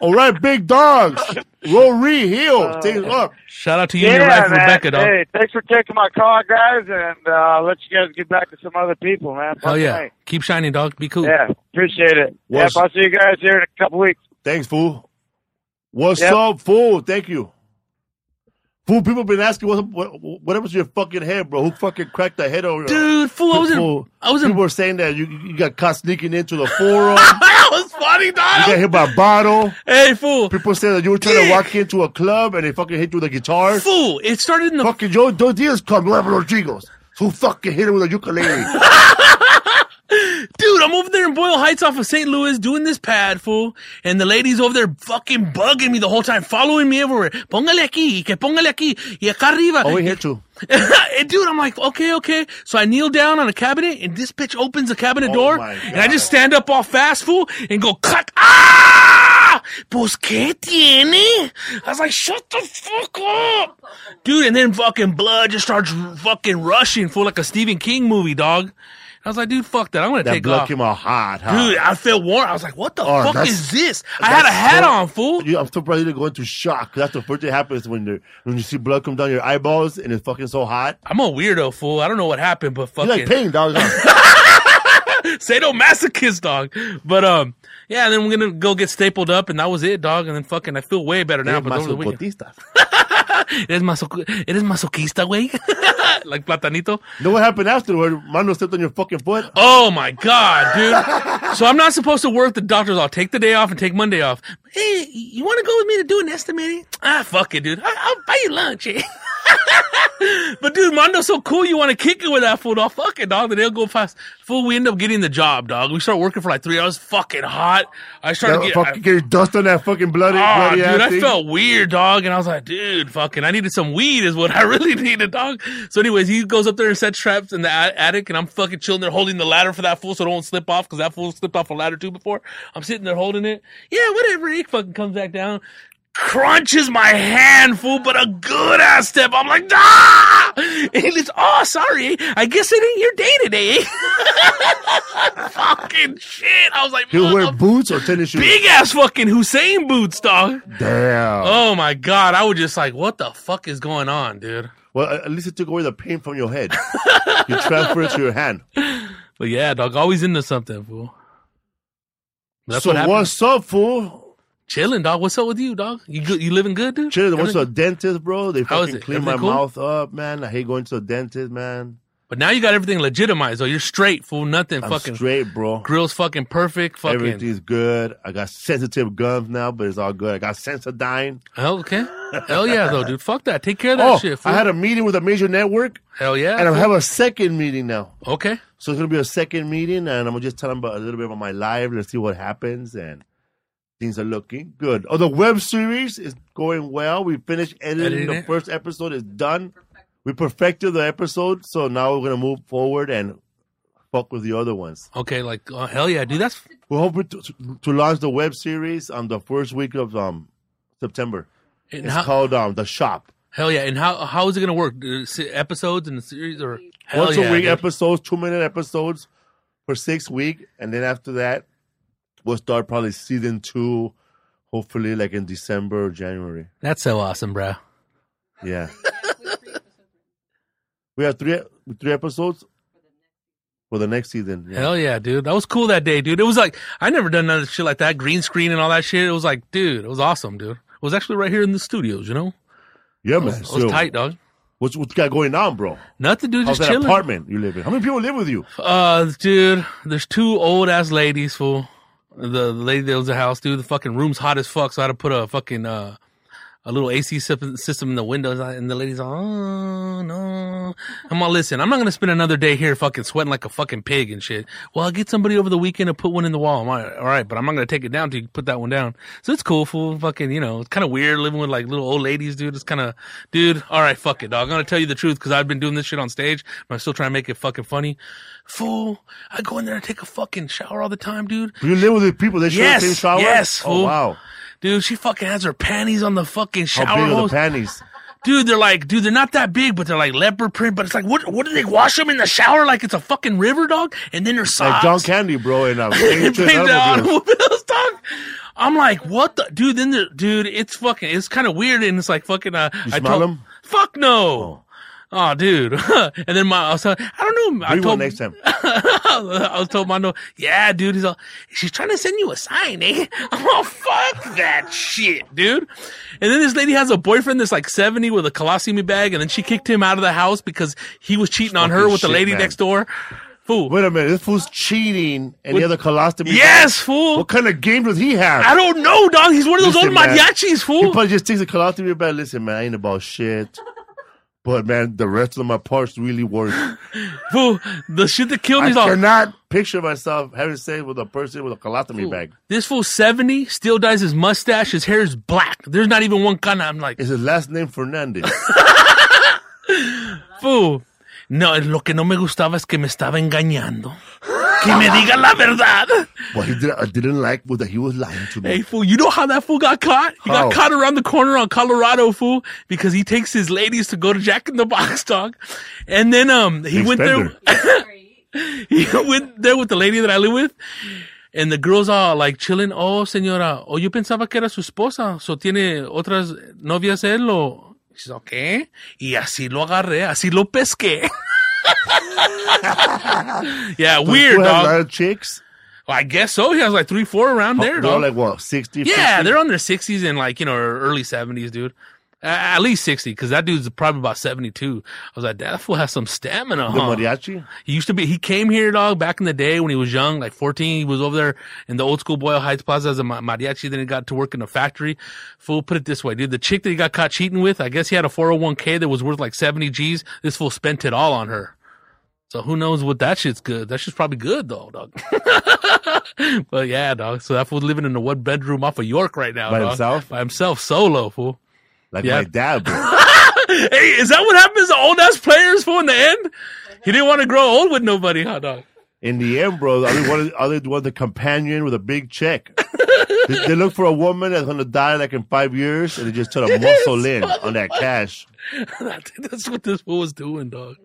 S4: All right, big dogs. Rory Hill.
S8: Uh,
S4: Take it up.
S5: Shout out to you and your wife, Rebecca, dog.
S8: Hey, thanks for taking my call, guys, and uh, let you guys get back to some other people, man.
S5: Hell
S8: Fuck
S5: yeah.
S8: right.
S5: Keep shining, dog. Be cool.
S8: Yeah, appreciate it.
S4: What's-
S8: Yep, I'll see you guys here in a couple weeks.
S4: Thanks, fool. What's
S8: Yep.
S4: up, fool? Thank you. Fool, people been asking what, what, what happened to your fucking head, bro? Who fucking cracked the head over
S5: Dude, fool, I was in.
S4: Fool.
S5: I was
S4: People
S5: in.
S4: were saying that you, you got caught sneaking into the forum. you
S5: That was funny,
S4: got
S5: dog.
S4: hit by a bottle.
S5: Hey, fool.
S4: People said that you were trying to walk into a club and they fucking hit you with a guitar.
S5: Fool. It started in the.
S4: Fucking Joe Joe Diaz called Level Rodriguez. Who fucking hit him with a ukulele?
S5: Dude, I'm over there in Boyle Heights off of St. Louis doing this pad, fool. And the ladies over there fucking bugging me the whole time, following me everywhere. Póngale aquí, que póngale aquí, y acá arriba.
S4: oh, he hit you.
S5: and dude, I'm like, okay, okay. So I kneel down on a cabinet, and this bitch opens the cabinet
S4: Oh
S5: door,
S4: my
S5: and I just
S4: God.
S5: stand up all fast, fool, and go, cut. Ah! Pues, ¿qué tiene? I was like, shut the fuck up. Dude, and then fucking blood just starts fucking rushing, fool, like a Stephen King movie, dog. I was like, dude, fuck that. I'm going to
S4: That
S5: take
S4: blood
S5: off.
S4: came out hot, huh?
S5: Dude, I felt warm. I was like, what the
S4: Oh,
S5: fuck
S4: that's-
S5: is this? I had a
S4: that's
S5: hat
S4: so-
S5: on, fool.
S4: You, I'm surprised you didn't go into shock. That's the first thing that happens when you when you see blood come down your eyeballs and it's fucking so hot.
S5: I'm a weirdo, fool. I don't know what happened, but
S4: You
S5: fucking.
S4: like pain, dog.
S5: sadomasochist dog. But um, yeah. Then we're gonna go get stapled up, and that was it, dog. And then fucking, I feel way better now. But over the weekend,
S4: Masochotista.
S5: eres, masoch- eres masoquista, güey. like platanito.
S4: know what happened afterward? Mano stepped on your fucking foot.
S5: Oh my god, dude. so I'm not supposed to work the doctor's. I'll take the day off and take Monday off. Hey, you want to go with me to do an estimating? Ah, fuck it, dude. I- I'll buy you lunch. eh? But dude, Mondo's so cool. You want to kick it with that fool, dog? Fuck it, dog. Then they'll go fast. Fool, we end up getting the job, dog. We start working for like three hours. Fucking hot. I started
S4: That
S5: getting.
S4: fucking get dust on that fucking bloody,
S5: Ah,
S4: bloody
S5: dude,
S4: ass
S5: I
S4: thing.
S5: felt weird, dog, and I was like, dude, fucking, I needed some weed is what I really needed, dog. So, anyways, he goes up there and sets traps in the a- attic, and I'm fucking chilling there, holding the ladder for that fool so it won't slip off because that fool slipped off a ladder too before. I'm sitting there holding it. Yeah, whatever. He fucking comes back down, crunches my hand, fool, but a good ass step. I'm like, ah! And he's, oh, sorry. I guess it ain't your day today. fucking shit. I was like,
S4: He was wearing
S5: motherfucker,
S4: boots or tennis shoes.
S5: big ass fucking Hussein boots, dog.
S4: Damn.
S5: Oh my god, I was just like, what the fuck is going on, dude?
S4: Well, at at least it took away the pain from your head. you transfer it to your hand.
S5: But yeah, dog, always into something, fool. That's
S4: so
S5: what happened.
S4: what's up, fool?
S5: Chilling, dog. What's up with you, dog? You good? You living good, dude?
S4: Chilling. Went to
S5: Everything-
S4: a dentist, bro. They
S5: How is
S4: fucking
S5: it?
S4: clean my
S5: Everything cool?
S4: mouth up, man. I hate going to the dentist, man.
S5: But now you got everything legitimized, though. You're straight, fool. Nothing
S4: I'm
S5: fucking
S4: straight, bro.
S5: grill's fucking perfect. Fucking
S4: Everything's good. I got sensitive gums now, but it's all good. I got Sensodyne.
S5: hell, okay. hell yeah, though, dude. Fuck that. Take care of that
S4: Oh,
S5: shit. Fool.
S4: I had a meeting with a major network,
S5: hell yeah.
S4: and I
S5: fool.
S4: have a second meeting now.
S5: okay.
S4: So it's gonna be a second meeting, and I'm gonna just tell them about, a little bit about my life. Let's see what happens, and Things are looking good. Oh, the web series is going well. We finished editing,
S5: Editing
S4: the
S5: it.
S4: first episode. is done. We perfected the episode, so now we're gonna move forward and fuck with the other ones.
S5: Okay, like oh, hell yeah, dude. That's
S4: We're hoping to, to, to launch the web series on the first week of um September.
S5: and
S4: It's
S5: how,
S4: called um the shop.
S5: hell yeah. And how how is it gonna work? Uh, se- Episodes in the series or hell
S4: once
S5: yeah,
S4: a week
S5: dude.
S4: episodes, two minute episodes for six week, and then after that, we'll start probably season two, hopefully like in December or January.
S5: That's so awesome, bro.
S4: Yeah, we have three three episodes for the next season. Yeah.
S5: Hell yeah, dude. That was cool that day, dude. It was like I never done none of shit like that, green screen and all that shit. It was like, dude, it was awesome, dude. It was actually right here in the studios, you know.
S4: yeah,
S5: It was,
S4: man.
S5: it was
S4: So,
S5: tight, dog.
S4: What's what you got going on, bro?
S5: Nothing, dude.
S4: How's
S5: Just
S4: that
S5: chilling.
S4: apartment you live in? How many people live with you?
S5: Uh, dude, there's two old ass ladies. Fool, the the lady that was the house, dude. The fucking room's hot as fuck, so I had to put a fucking uh a little AC sys- system in the windows. I- And the lady's like, oh no, I'm gonna listen. I'm not gonna spend another day here fucking sweating like a fucking pig and shit. Well, I'll get somebody over the weekend and put one in the wall. I'm like, all right, but I'm not gonna take it down till you put that one down. So it's cool, fool. Fucking, you know, it's kind of weird living with like little old ladies, dude. It's kind of, dude. All right, fuck it, dog. I'm gonna tell you the truth because I've been doing this shit on stage. But I'm still trying to make it fucking funny. Fool, I go in there and take a fucking shower all the time, dude.
S4: You live with the people? They share
S5: Yes,
S4: the same shower.
S5: yes,
S4: Oh
S5: fool.
S4: wow.
S5: Dude, she fucking has her panties on the fucking shower
S4: How big are the
S5: hose.
S4: panties?
S5: dude, they're like, dude, they're not that big, but they're like leopard print. But it's like, what? What do they wash them in the shower like it's a fucking river, dog? And then they're
S4: Like
S5: socks.
S4: John Candy, bro, and um,
S5: It brings the automobiles, dog. I'm like, what the dude? Then the dude, it's fucking, it's kind of weird, and it's like fucking. Uh,
S4: You
S5: I
S4: smell
S5: told,
S4: 'em?
S5: Fuck no. Oh, dude. and then my, I, was, I don't know. I
S4: Bring one
S5: told
S4: next time.
S5: I was told Mondo, yeah, dude. He's all, she's trying to send you a sign, eh? I'm all, fuck that shit, dude. And then this lady has a boyfriend that's like 70 with a colostomy bag, and then she kicked him out of the house because he was cheating on her
S4: Fucking
S5: with the
S4: shit,
S5: lady
S4: man.
S5: next door. Fool.
S4: Wait a minute, this fool's cheating and
S5: What-
S4: the other colostomy.
S5: yes, fool.
S4: What kind of game does he have?
S5: I don't know, dog. He's one of those
S4: Listen,
S5: old
S4: man.
S5: mariachis,
S4: He
S5: fool.
S4: probably just takes the colostomy bag. Listen, man, I ain't about shit. But man, the rest of my parts really work.
S5: fool. The shit that killed me
S4: I
S5: is all.
S4: cannot picture myself having sex with a person with a colostomy bag.
S5: This fool 70 still dyes his mustache. His hair is black. There's not even one kind. I'm like,
S4: Is his last name Fernandez?
S5: Fu. No, lo que no me gustaba es que me estaba engañando. Que me diga la verdad.
S4: well, he did, I didn't like was that he was lying to me.
S5: Hey, fool, you know how that fool got caught? He
S4: How?
S5: got caught around the corner on Colorado, fool, because he takes his ladies to go to Jack in the Box, dog. And then, um, he
S4: Big
S5: went there. he went there with the lady that I live with. And the girls are like chilling. Oh, señora. Oh, yo pensaba que era su esposa. So tiene otras novias él o. She's okay. Y así lo agarré. Así lo pesqué. yeah,
S4: So
S5: weird,
S4: he has a
S5: dog.
S4: lot of chicks.
S5: I guess so. He has like three, four around there,
S4: They're all like
S5: dog.
S4: what 60,
S5: yeah,
S4: 50?
S5: they're on their 60s and like, you know, early 70s, dude. A- At least 60, because that dude's probably about 72. I was like, that fool has some stamina,
S4: the
S5: huh?
S4: mariachi.
S5: He used to be, he came here, dog, back in the day when he was young, like 14. He was over there in the old school Boyle Heights Plaza as a ma- mariachi. Then he got to work in a factory. Fool, put it this way, dude. The chick that he got caught cheating with, I guess he had a 401k that was worth like 70 G's. This fool spent it all on her. So who knows what that shit's good. That shit's probably good though, dog. but yeah, dog. So that fool's living in a one bedroom off of York right now.
S4: By
S5: dog.
S4: himself?
S5: By himself, solo, fool.
S4: Like
S5: Yeah.
S4: my dad, bro.
S5: Hey, is that what happens to old ass players, fool, in the end? He didn't want to grow old with nobody, hot dog.
S4: In the end, bro, the other one, other one, the companion with a big check. they, they look for a woman that's gonna die like in five years, and they just try to muscle in on that cash.
S5: I think that's what this fool was doing, dog.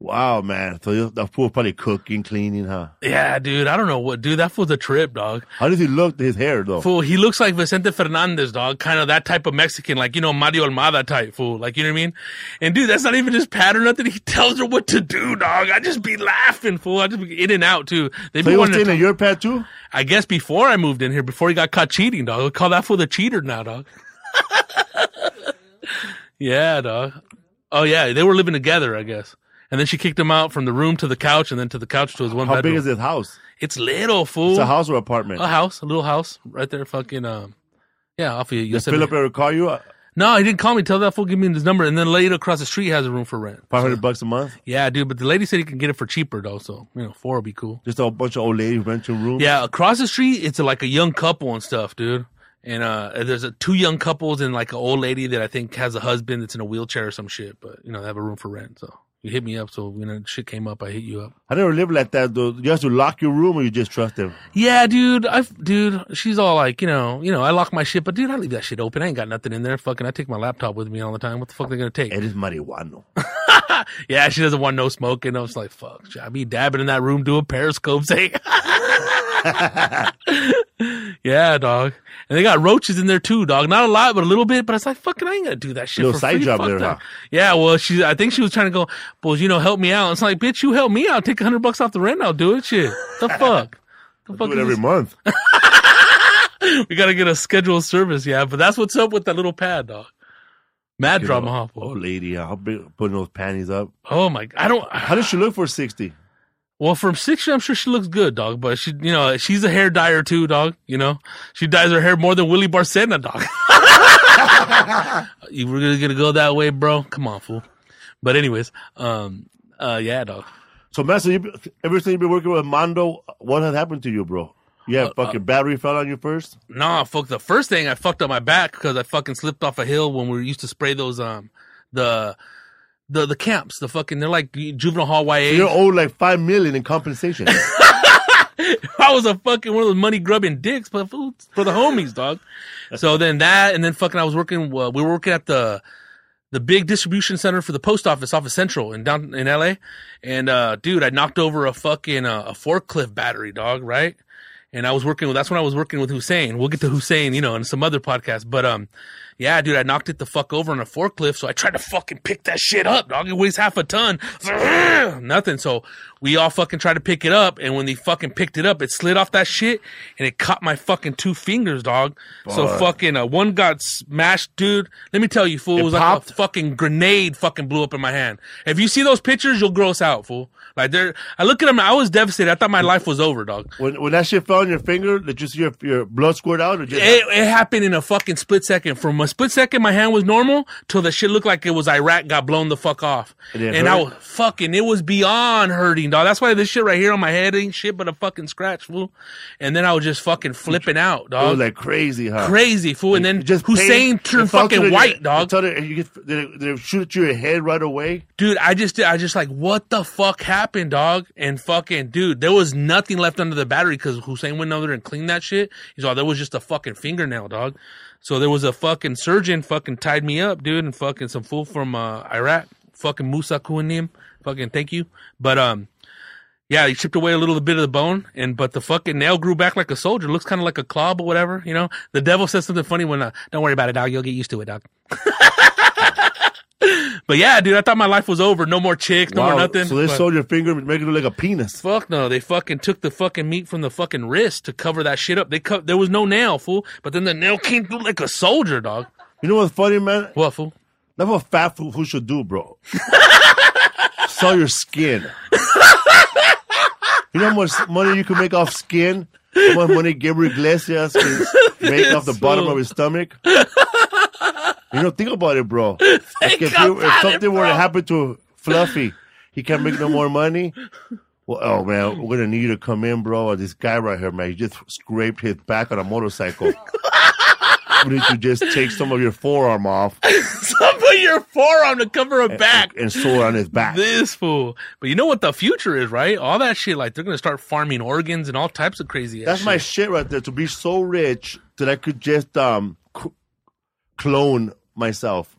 S4: Wow, man! So you- the fool probably cooking, cleaning, huh?
S5: Yeah, dude. I don't know what, dude. That fool's a trip, dog.
S4: How does he look? His hair, though.
S5: Fool, he looks like Vicente Fernandez, dog. Kind of that type of Mexican, like, you know, Mario Almada type fool. Like, you know what I mean? And dude, that's not even his pattern, nothing. He tells her what to do, dog. I just be laughing, fool. I just be in and out, too. They
S4: so
S5: be
S4: he was
S5: wanting to
S4: staying in your pad too.
S5: I guess before I moved in here, before he got caught cheating, dog. We call that fool the cheater now, dog. yeah, dog. Oh yeah, they were living together, I guess. And then she kicked him out from the room to the couch, and then to the couch to his one
S4: How
S5: bedroom.
S4: big is his house?
S5: It's little fool.
S4: It's a house or apartment.
S5: A house, a little house right there. Fucking um, yeah, off of
S4: Does
S5: Yosemite.
S4: Philip ever call you? uh,
S5: No, he didn't call me. Tell that fool give me his number, and then later across the street has a room for rent.
S4: Five hundred bucks a month.
S5: Yeah, dude. But the lady said he can get it for cheaper though, so you know four would be cool.
S4: Just a bunch of old ladies renting rooms.
S5: Yeah, across the street, it's like a young couple and stuff, dude. And uh, there's uh two young couples and like an old lady that I think has a husband that's in a wheelchair or some shit. But you know, they have a room for rent. So you hit me up. So when that shit came up, I hit you up.
S4: I never lived like that though. You have to lock your room, or you just trust them.
S5: Yeah, dude. I dude, she's all like, you know, you know, I lock my shit, but dude, I leave that shit open. I ain't got nothing in there. Fucking, I take my laptop with me all the time. What the fuck they gonna take?
S4: It is marijuana.
S5: Yeah, she doesn't want no smoking. I was like, fuck, should I be dabbing in that room doing periscopes? Hey. yeah, dog. And they got roaches in there too, dog. Not a lot, but a little bit. But it's like, fucking, I ain't gonna do that shit.
S4: Little
S5: for
S4: side
S5: free.
S4: job
S5: Fuck
S4: there,
S5: that.
S4: huh?
S5: Yeah, well, she, I think she was trying to go, well, you know, help me out. It's like, bitch, you help me out. Take a hundred bucks off the rent. I'll do it. Shit. The fuck. The fuck
S4: Do
S5: is
S4: it every
S5: this-
S4: month.
S5: we gotta get a scheduled service, yeah. But that's what's up with that little pad, dog. Mad
S4: You
S5: drama,
S4: know,
S5: huh?
S4: Oh,
S5: fool?
S4: lady, yeah, how big putting those panties up?
S5: Oh my! I don't.
S4: How does she look for sixty?
S5: Well, from six, I'm sure she looks good, dog. But she, you know, she's a hair dyer too, dog. You know, she dyes her hair more than Willie Barcena, dog. you were gonna, gonna go that way, bro? Come on, fool. But anyways, um, uh, yeah, dog.
S4: So, Master, you, everything you've been working with Mondo, what had happened to you, bro? Yeah,
S5: Uh,
S4: fucking battery fell on you first.
S5: Nah, fuck. The first thing I fucked up my back because I fucking slipped off a hill when we used to spray those um the the the camps, the fucking they're like juvenile hall YA.
S4: You're owed like five million in compensation.
S5: I was a fucking one of those money grubbing dicks, but for for the homies, dog. So then that, and then fucking, I was working. Uh, we were working at the the big distribution center for the post office off of Central in down in LA. And uh, dude, I knocked over a fucking uh, a forklift battery, dog. Right. And I was working with. That's when I was working with Hussein. We'll get to Hussein, you know, in some other podcast. But um, yeah, dude, I knocked it the fuck over on a forklift. So I tried to fucking pick that shit up, dog. It weighs half a ton. Nothing. So we all fucking tried to pick it up. And when they fucking picked it up, it slid off that shit and it caught my fucking two fingers, dog. So fucking uh, one got smashed, dude. Let me tell you, fool. It,
S4: It
S5: was
S4: popped?
S5: like a fucking grenade fucking blew up in my hand. If you see those pictures, you'll gross out, fool. Like they're, I look at them. I was devastated. I thought my life was over, dog.
S4: when when that shit fell on your finger, did you see your, your blood squirt out or just
S5: It, it happened in a fucking split second. From a split second, my hand was normal till the shit looked like it was Iraq got blown the fuck off.
S4: It
S5: and
S4: didn't
S5: I was
S4: hurt?
S5: fucking, it was beyond hurting, dog. That's why this shit right here on my head ain't shit but a fucking scratch, fool. And then I was just fucking flipping out,
S4: it was
S5: dog.
S4: like crazy, huh?
S5: Crazy, fool. And
S4: You
S5: then
S4: just
S5: Hussein
S4: pain- it
S5: turned
S4: felt to
S5: fucking
S4: the-
S5: white,
S4: it
S5: dog.
S4: felt to- and you get they, they shoot it to your head right away.
S5: dude, I just did. I just like, what the fuck happened, dog? And fucking, dude, there was nothing left under the battery because Hussein went over there and cleaned that shit. He's all, there was just a fucking fingernail, dog. So there was a fucking surgeon fucking tied me up, dude, and fucking some fool from uh, Iraq, fucking Musa Kuanim, fucking thank you. But um, yeah, he chipped away a little bit of the bone, and but the fucking nail grew back like a soldier. Looks kind of like a club or whatever, you know. The devil says something funny when, uh, don't worry about it, dog. You'll get used to it, dog. But yeah, dude, I thought my life was over. No more chicks, no more nothing.
S4: so they
S5: But-
S4: sewed your finger, and make it look like a penis.
S5: Fuck no, they fucking took the fucking meat from the fucking wrist to cover that shit up. They co- there was no nail, fool. But then the nail came through like a soldier, dog.
S4: You know what's funny, man?
S5: What fool?
S4: That's what fat food who should do, bro. Sell your skin. you know how much money you can make off skin? How much money Gabriel Iglesias can make off the bottom of his stomach? You know, think about it, bro. Like if, you, if something were to happen to Fluffy, he can't make no more money. Well, oh man, we're gonna need you to come in, bro. This guy right here, man, he just scraped his back on a motorcycle. Why don't you just take some of your forearm off
S5: Some put your forearm to cover a back.
S4: and sore on his back.
S5: This fool. But you know what the future is, right? All that shit, like they're gonna start farming organs and all types of crazy ass
S4: That's
S5: shit.
S4: my shit right there. To be so rich that I could just um c- clone myself,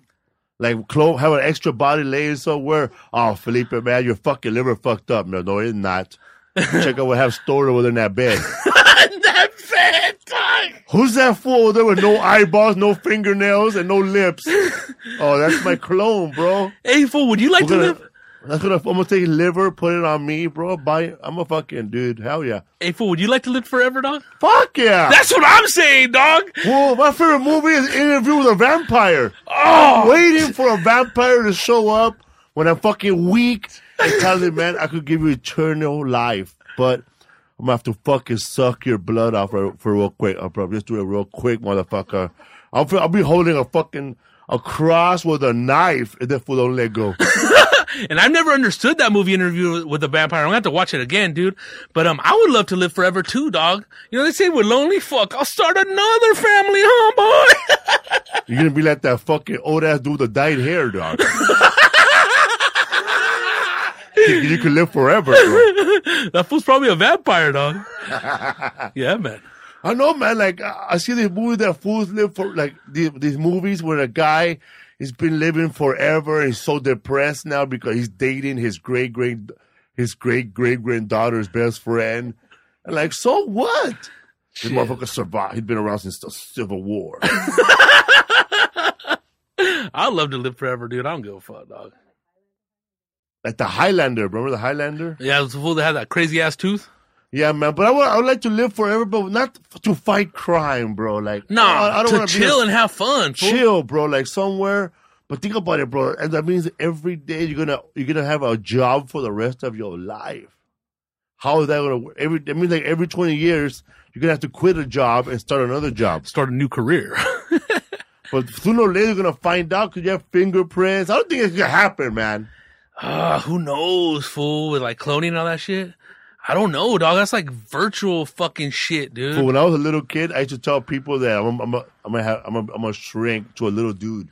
S4: like clone have an extra body laying somewhere. Oh, Felipe, man, your fucking liver fucked up. No, no, it's not. Check out what I have stored over there in that bed.
S5: That's it, dog.
S4: Who's that fool over there with no eyeballs, no fingernails, and no lips? Oh, that's my clone, bro.
S5: Hey fool, would you like
S4: We're
S5: to
S4: gonna,
S5: live
S4: that's gonna. I'm gonna take his liver, put it on me, bro. Buy. I'm a fucking dude. Hell yeah.
S5: Hey fool, would you like to live forever, dog?
S4: Fuck yeah.
S5: That's what I'm saying, dog.
S4: Whoa, my favorite movie is Interview with a Vampire. Oh, waiting for a vampire to show up when I'm fucking weak and tell him, man, I could give you eternal life, but I'm gonna have to fucking suck your uh, blood off for, for real quick. I'll probably just do it real quick, motherfucker. I'll, I'll be holding a fucking across with a knife, and the fool don't let go.
S5: And I've never understood that movie interview with the vampire. I'm gonna have to watch it again, dude. But um, I would love to live forever too, dog. You know they say we're lonely. Fuck, I'll start another family, huh, boy?
S4: You're gonna be like that fucking old ass dude with the dyed hair, dog. you, you can live forever. Bro.
S5: that fool's probably a vampire, dog. yeah, man.
S4: I know, man. Like I I see this movie that fools live for, like these, these movies where a guy has been living forever and he's so depressed now because he's dating his great great his great great granddaughter's best friend. And like, so what? This motherfucker survived. He'd been around since the Civil War.
S5: I'd love to live forever, dude. I don't give a fuck, dog.
S4: like the Highlander. Remember the Highlander?
S5: Yeah, it was the fool that had that crazy ass tooth.
S4: Yeah, man. But I would, I would like to live forever, but not f- to fight crime, bro. Like,
S5: No,
S4: I, I don't
S5: to
S4: wanna be a
S5: chill and have fun. Fool.
S4: chill, bro. Like somewhere. But think about it, bro. And that means every day you're gonna you're gonna have a job for the rest of your life. How is that gonna work? Every I mean, like every twenty years you're gonna have to quit a job and start another job.
S5: Start a new career.
S4: But sooner or later you're gonna find out because you have fingerprints. I don't think it's gonna happen, man.
S5: Ah, who knows, fool? With like cloning and all that shit. I don't know, dog. That's like virtual fucking shit, dude.
S4: But when I was a little kid, I used to tell people that I'm I'm a, I'm gonna have I'm a, I'm gonna shrink to a little dude.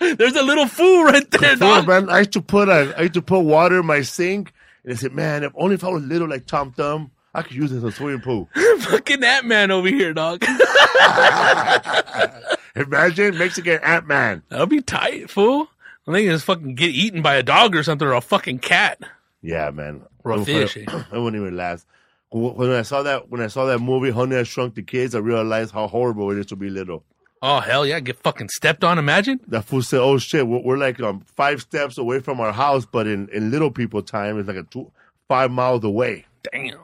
S5: There's a little fool right there,
S4: Bro,
S5: dog.
S4: man, I used to put a, I used to put water in my sink, and I said, man, if only if I was little like Tom Thumb, I could use this as a swimming pool.
S5: fucking that man over here, dog.
S4: Imagine Mexican Ant Man.
S5: That'll be tight, fool. I think just fucking get eaten by a dog or something or a fucking cat.
S4: Yeah, man.
S5: Or a
S4: It
S5: fish, eh?
S4: I wouldn't even last. Wh- When I saw that, when I saw that movie, Honey, I Shrunk the Kids, I realized how horrible it is to be little.
S5: Oh hell yeah, get fucking stepped on. Imagine.
S4: That fool said, "Oh shit, we're, we're like um, five steps away from our house, but in, in little people time, it's like a two, five miles away."
S5: Damn.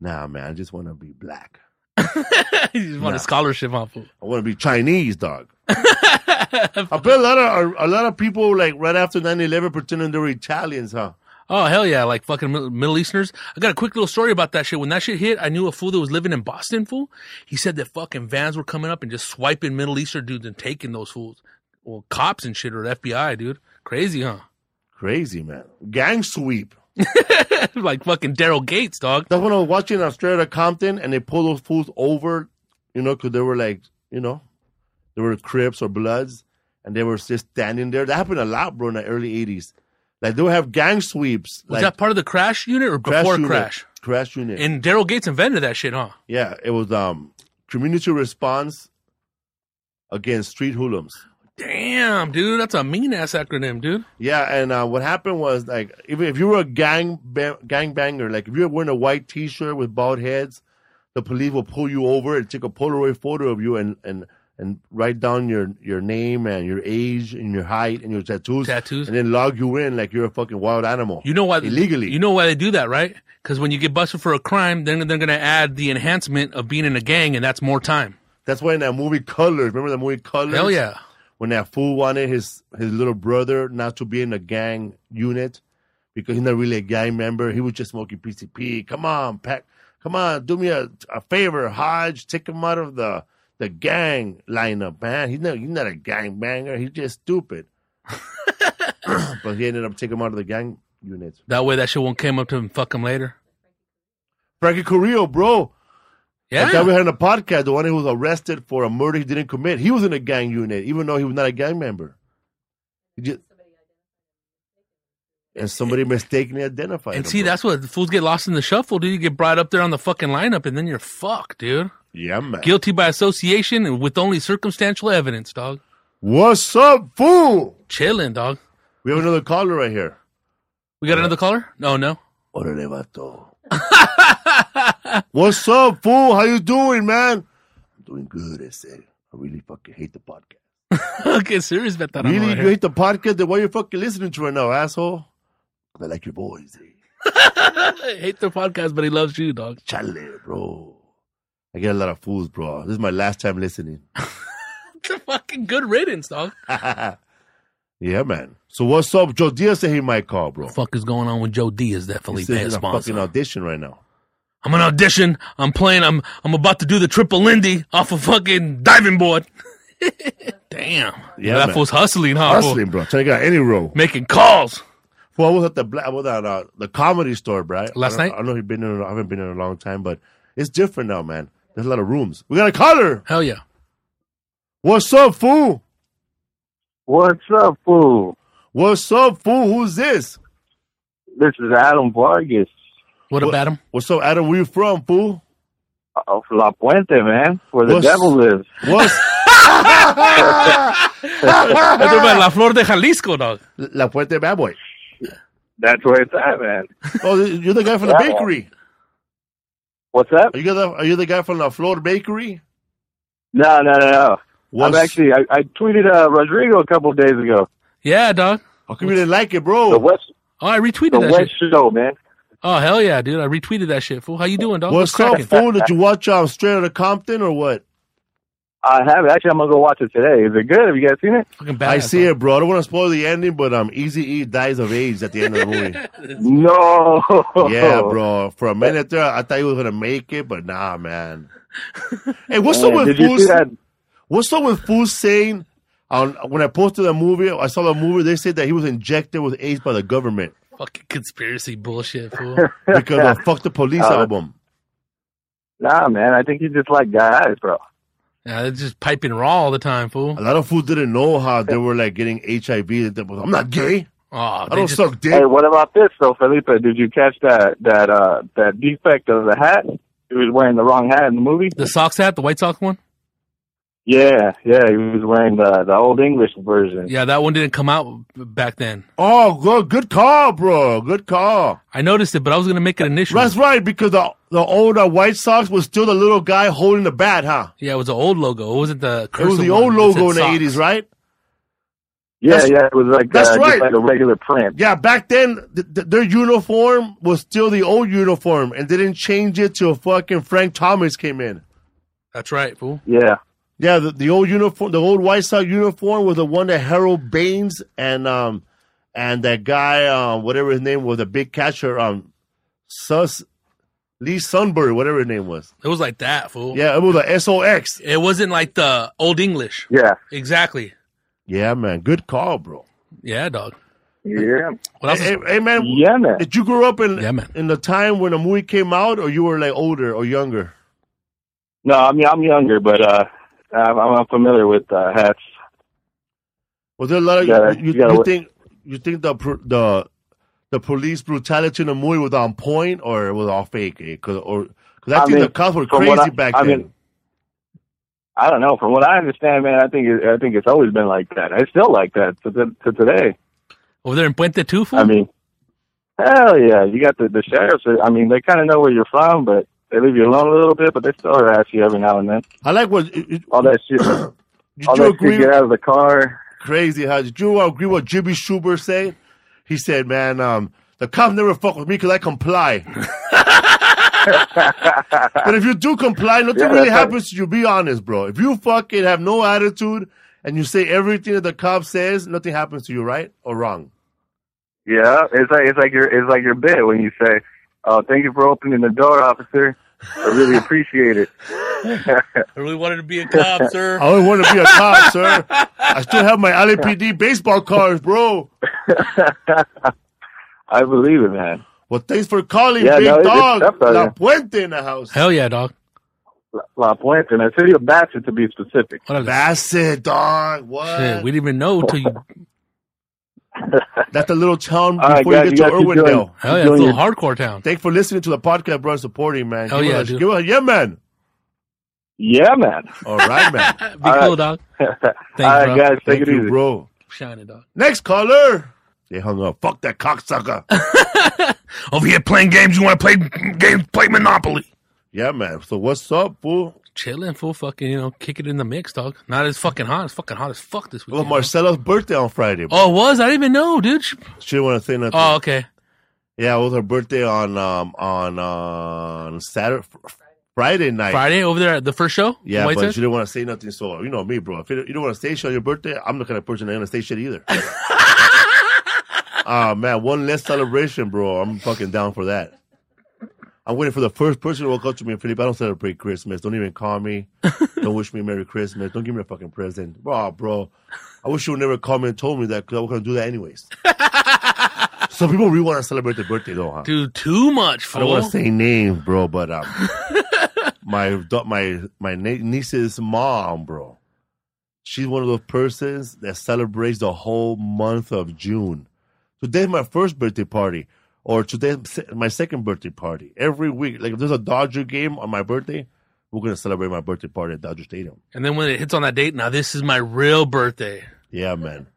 S4: Nah, man, I just want to be black.
S5: you just want
S4: Nah.
S5: a scholarship on fool.
S4: I want to be Chinese, dog. I bet a lot of a lot of people like right after 9-11 pretending they were Italians, huh?
S5: Oh hell yeah, like fucking Mid- Middle Easterners. I got a quick little story about that shit. When that shit hit, I knew a fool that was living in Boston. Fool, he said that fucking vans were coming up and just swiping Middle Eastern dudes and taking those fools, well, cops and shit or FBI, dude. Crazy, huh?
S4: Crazy man, gang sweep.
S5: like fucking Daryl Gates, dog.
S4: That's when I was watching Australia Compton, and they pulled those fools over, you know, because they were like, you know, they were Crips or Bloods, and they were just standing there. That happened a lot, bro, in the early '80s. Like they would have gang sweeps,
S5: Was
S4: like
S5: that part of the crash unit or before
S4: unit,
S5: crash?
S4: crash unit.
S5: And Daryl Gates invented that shit, huh?
S4: yeah, it was um community response against street hoodlums.
S5: Damn, dude, that's a mean ass acronym, dude.
S4: Yeah, and uh, what happened was like if, if you were a gang ba- gang banger, like if you were wearing a white T-shirt with bald heads, the police will pull you over and take a Polaroid photo of you and and and write down your your name and your age and your height and your tattoos,
S5: Tattoos.
S4: and then log you in like you're a fucking wild animal.
S5: You know why
S4: illegally?
S5: You know why they do that, right? Because when you get busted for a crime, then they're gonna add the enhancement of being in a gang, and that's more time.
S4: that's why in that movie Colors, remember that movie Colors?
S5: Hell yeah,
S4: when that fool wanted his his little brother not to be in a gang unit because he's not really a gang member. He was just smoking PCP. Come on, Pack. Come on, do me a, a favor, Hodge. Take him out of the the gang lineup, man. He's not he's not a gang banger. He's just stupid. but he ended up taking him out of the gang unit.
S5: that way that shit won't come up to him and fuck him later.
S4: Frankie Carrillo, bro. That guy
S5: Yeah,
S4: we had on the podcast, the one who was arrested for a murder he didn't commit. He was in a gang unit, even though he was not a gang member. He just, and somebody mistakenly identified
S5: and
S4: him.
S5: see,
S4: bro.
S5: that's what fools get lost in the shuffle, dude. You get brought up there on the fucking lineup, and then you're fucked, dude.
S4: Yeah, man.
S5: Guilty by association and with only circumstantial evidence, dog.
S4: What's up, fool?
S5: Chilling, dog.
S4: We have another caller right here.
S5: We got another caller? No, no.
S4: Orale, vato. What's up, fool? How you doing, man? I'm doing good, I say. I really fucking hate the podcast.
S5: okay, serious eh? about that.
S4: Really? You hate the podcast? Then why you fucking listening to it now, asshole? 'Cause I like your voice, eh?
S5: hate their podcast, but he loves you, dog.
S4: Chale, bro. I get a lot of fools, bro. This is my last time listening.
S5: It's a fucking good riddance, dog.
S4: Yeah, man. So what's up? Joe Diaz said he might call, bro.
S5: fuck is going on with Joe Diaz? Definitely
S4: He's
S5: pay a
S4: in a fucking
S5: sponsor.
S4: audition right now.
S5: I'm an audition. I'm playing. I'm I'm about to do the triple Lindy off a fucking diving board. Damn.
S4: Yeah,
S5: that
S4: man.
S5: fool's hustling, huh?
S4: Hustling, bro. Check out any role.
S5: Making calls.
S4: Well, I was at the bla- I was at uh, the comedy store, right?
S5: Last
S4: I don't-
S5: night?
S4: I don't know you've been in. I haven't been in a long time, but it's different now, man. There's a lot of rooms. We got a caller.
S5: Hell yeah.
S4: What's up, fool?
S9: What's up, fool?
S4: What's up, fool? Who's this?
S9: This is Adam Vargas
S5: What,
S4: What-
S5: about him?
S4: What's up, Adam? Where you from, fool?
S9: of Uh, La Puente, man, where the
S4: What's-
S9: devil lives.
S4: What's
S5: That's about La Flor de Jalisco, dog.
S4: La Puente Bad Boy?
S9: That's where it's at, man.
S4: Oh, you're the guy from the
S9: Yeah.
S4: bakery.
S9: What's up?
S4: Are you the Are you the guy from the Florida bakery?
S9: No, no, no, no.
S4: What's,
S9: I'm actually, I, I tweeted uh, Rodrigo a couple of days ago.
S5: Yeah, dog.
S4: How come you didn't like it,
S9: The
S4: bro?
S9: West,
S5: Oh, I retweeted
S9: the
S5: that
S9: West
S5: shit.
S9: Show, man.
S5: Oh, hell yeah, dude. I retweeted that shit, fool. How you doing, dog?
S4: What's up,
S5: cracking?
S4: fool? Did you watch um, Straight Outta Compton or what?
S9: I have it. Actually, I'm gonna go watch it today. Is it good? Have you guys seen it?
S5: Fucking badass,
S4: I see
S5: dog.
S4: it, bro. I don't want to spoil the ending, but um, Easy E dies of AIDS at the end of the movie.
S9: No.
S4: yeah, bro. For a minute there, I thought he was gonna make it, but nah, man. hey, what's up
S9: Man,
S4: with
S9: did you
S4: fools?
S9: see that?
S4: What's up with fools saying? On, when I posted the movie, I saw the movie. They said that he was injected with AIDS by the government
S5: Fucking conspiracy bullshit, fool.
S4: because of "Fuck the Police"
S9: Uh,
S4: album.
S9: Nah, man. I think you just like guys, bro.
S5: yeah, they're just piping raw all the time, fool.
S4: A lot of fools didn't know how they were like getting HIV. They were, I'm not gay.
S5: Oh,
S4: I don't
S5: just,
S4: suck dick.
S9: Hey, what about this though, Felipe? Did you catch that that uh that defect of the hat? He was wearing the wrong hat in the movie.
S5: the Sox hat, the White Sox one?
S9: Yeah, yeah, he was wearing the the old English version.
S5: Yeah, that one didn't come out back then.
S4: Oh, good, good call, bro. Good call.
S5: I noticed it, but I was going to make it an issue.
S4: That's right, because the the old uh, White Sox was still the little guy holding the bat, huh?
S5: Yeah, it was the old logo. It wasn't the
S4: It was
S5: cursive
S4: the
S5: one
S4: old
S5: that
S4: logo in
S5: said
S4: the
S5: Sox.
S4: eighties, right?
S9: yeah,
S4: That's-
S9: yeah, it was like
S4: that's
S9: uh,
S4: right.
S9: just like a regular print.
S4: Yeah, back then th- th- their uniform was still the old uniform, and they didn't change it till fucking Frank Thomas came in.
S5: That's right, fool.
S9: Yeah,
S4: Yeah, the, the old uniform, the old White Sox uniform was the one that Harold Baines and um and that guy, uh, whatever his name was, the big catcher, um, Sus Lee Sunbury, whatever his name was.
S5: It was like that, fool.
S4: Yeah, it was a SOX.
S5: It wasn't like the old English.
S9: yeah,
S5: Exactly.
S4: Yeah, man, good call, bro.
S5: Yeah, dog.
S9: yeah,
S5: What else?
S4: Hey, hey, man,
S9: yeah, man.
S4: Did you grow up in
S5: Yeah, man.
S4: in the time when the movie came out, or you were like older or younger?
S9: No, I mean I'm younger, but uh, I'm, I'm familiar with uh, hats.
S4: Was there a lot of
S9: Yeah,
S4: you, you,
S9: yeah,
S4: you
S9: what-
S4: think you think the pr- the the police brutality in the movie was on point or it was all fake? eh? Cause or because I,
S9: I
S4: think
S9: mean,
S4: the cops were
S9: from
S4: crazy
S9: what I-
S4: back
S9: I
S4: then.
S9: mean- I don't know. From what I understand, man, I think it, I think it's always been like that. It's still like that to, to, to today.
S5: Over there in Puente too, fool?
S9: I mean, hell yeah, you got the the sheriffs. I mean, they kind of know where you're from, but they leave you alone a little bit, but they still harass you every now and then.
S4: I like what you- you-
S9: All that shit,
S4: did
S9: all
S4: you
S9: that
S4: agree
S9: shit. Get out of the car.
S4: crazy? How did you agree what Jimmy Schubert said? He said, "Man, um, the cops never fuck with me because I comply." but if you do comply, nothing
S9: Yeah,
S4: really
S9: that's right.
S4: happens to you. Be honest, bro. If you fucking have no attitude and you say everything that the cop says, nothing happens to you, right or wrong.
S9: Yeah, it's like it's like your it's like your bit when you say, "Oh, thank you for opening the door, officer. I really appreciate it."
S5: I really wanted to be a cop, sir.
S4: I always want to be a cop, sir. I still have my LAPD baseball cards, bro.
S9: I believe it, man.
S4: Well, thanks for calling,
S9: Yeah,
S4: big
S9: no, it- it's
S4: dog.
S9: tough out
S4: La
S9: here.
S4: Puente in the house.
S5: Hell yeah, dog.
S9: La- La Puente, and the city of Bassett to be specific.
S5: What else?
S4: That's it, dog. What?
S5: Shit, we didn't even know till you.
S4: That's the little town
S9: All right,
S4: before
S9: guys,
S4: you
S9: you
S4: get to
S9: guys keep
S4: Irwindale.
S9: going.
S5: Hell yeah, it's a
S9: Doing
S5: little
S9: your-
S5: hardcore town.
S4: Thanks for listening to the podcast, bro. and Supporting, man.
S5: Hell
S4: give
S5: yeah,
S4: us,
S5: dude.
S4: give us, yeah, man.
S9: Yeah, man.
S4: All right, man.
S5: Be
S9: All right.
S5: cool, dog.
S9: All right,
S5: bro.
S9: guys, take
S4: Thank
S9: it
S4: you,
S9: easy.
S4: bro.
S5: Shine it, dog.
S4: Next caller. They hung up. Fuck that cocksucker.
S5: Over here playing games. You want to play games? Play Monopoly.
S4: yeah, man. So what's up, fool?
S5: Chilling, fool. Fucking, you know, kick it in the mix, dog. Not as fucking hot. It's fucking hot as fuck this
S4: It was
S5: weekend. dog.
S4: Marcelo's birthday on Friday. bro.
S5: Oh, it was? I didn't even know, dude. She-
S4: She didn't want to say nothing.
S5: Oh, okay.
S4: yeah, it was her birthday on um on uh, Saturday, Friday night.
S5: Friday over there at the first show?
S4: Yeah,
S5: White
S4: but
S5: Sox?
S4: she didn't want to say nothing. So you know me, bro. If you don't- you don't want to say shit on your birthday, I'm not kind of person that's gonna say shit either. Ah man, one less celebration, bro. I'm fucking down for that. I'm waiting for the first person to walk up to me and Philip. I don't celebrate Christmas. Don't even call me. don't wish me Merry Christmas. Don't give me a fucking present, bro, bro. I wish you would never call me and told me that because I was gonna do that anyways. Some people really want to celebrate their birthday though, huh?
S5: Dude, too much,
S4: I don't
S5: fool.
S4: want to say name, bro, but um, my da- my my nie- niece's mom, bro, she's one of those persons that celebrates the whole month of June. Today's my first birthday party, or today's se- my second birthday party. Every week, like if there's a Dodger game on my birthday, we're gonna celebrate my birthday party at Dodger Stadium.
S5: and then when it hits on that date, now this is my real birthday.
S4: Yeah, man.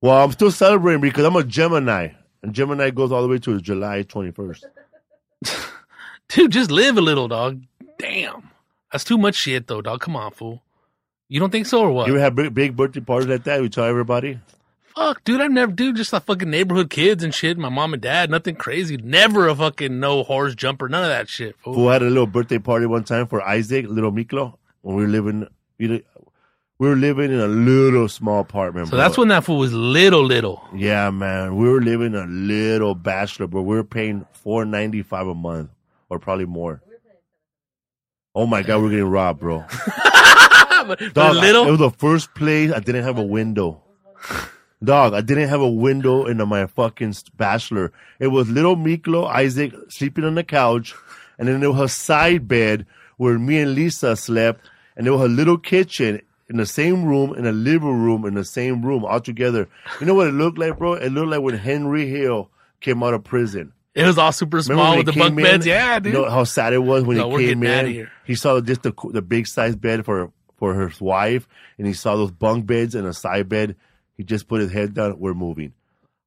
S4: Well, I'm still celebrating because I'm a Gemini, and Gemini goes all the way to July 21st.
S5: Dude, just live a little, dog. Damn. That's too much shit, though, dog. Come on, fool. You don't think so or what?
S4: You ever have big, big birthday parties like that? We tell everybody.
S5: Fuck, dude. I've never, dude, just like fucking neighborhood kids and shit. My mom and dad, nothing crazy. Never a fucking no horse jumper, none of that shit. Fool.
S4: who had a little birthday party one time for Isaac, little Miklo, when we were living, you know, we were living in a little small apartment.
S5: So that's when that fool was little, little.
S4: Yeah, man, we were living a little bachelor, but we were paying four ninety five a month, or probably more. Oh my god, we're getting robbed, bro.
S5: but, but
S4: Dog,
S5: little.
S4: I- it was the first place I didn't have a window. Dog, I didn't have a window into my fucking bachelor. It was little Miklo Isaac sleeping on the couch, and then there was a side bed where me and Lisa slept, and there was a little kitchen in the same room, in a living room, in the same room, all together. You know what it looked like, bro? It looked like when Henry Hill came out of prison.
S5: it was all super
S4: Remember
S5: small
S4: when
S5: with the
S4: he
S5: bunk
S4: came in?
S5: beds. Yeah, dude.
S4: You know how sad it was when
S5: No, we're
S4: he came
S5: getting outta
S4: in.
S5: here.
S4: He saw just the the big size bed for for his wife, and he saw those bunk beds and a side bed. He just put his head down. We're moving.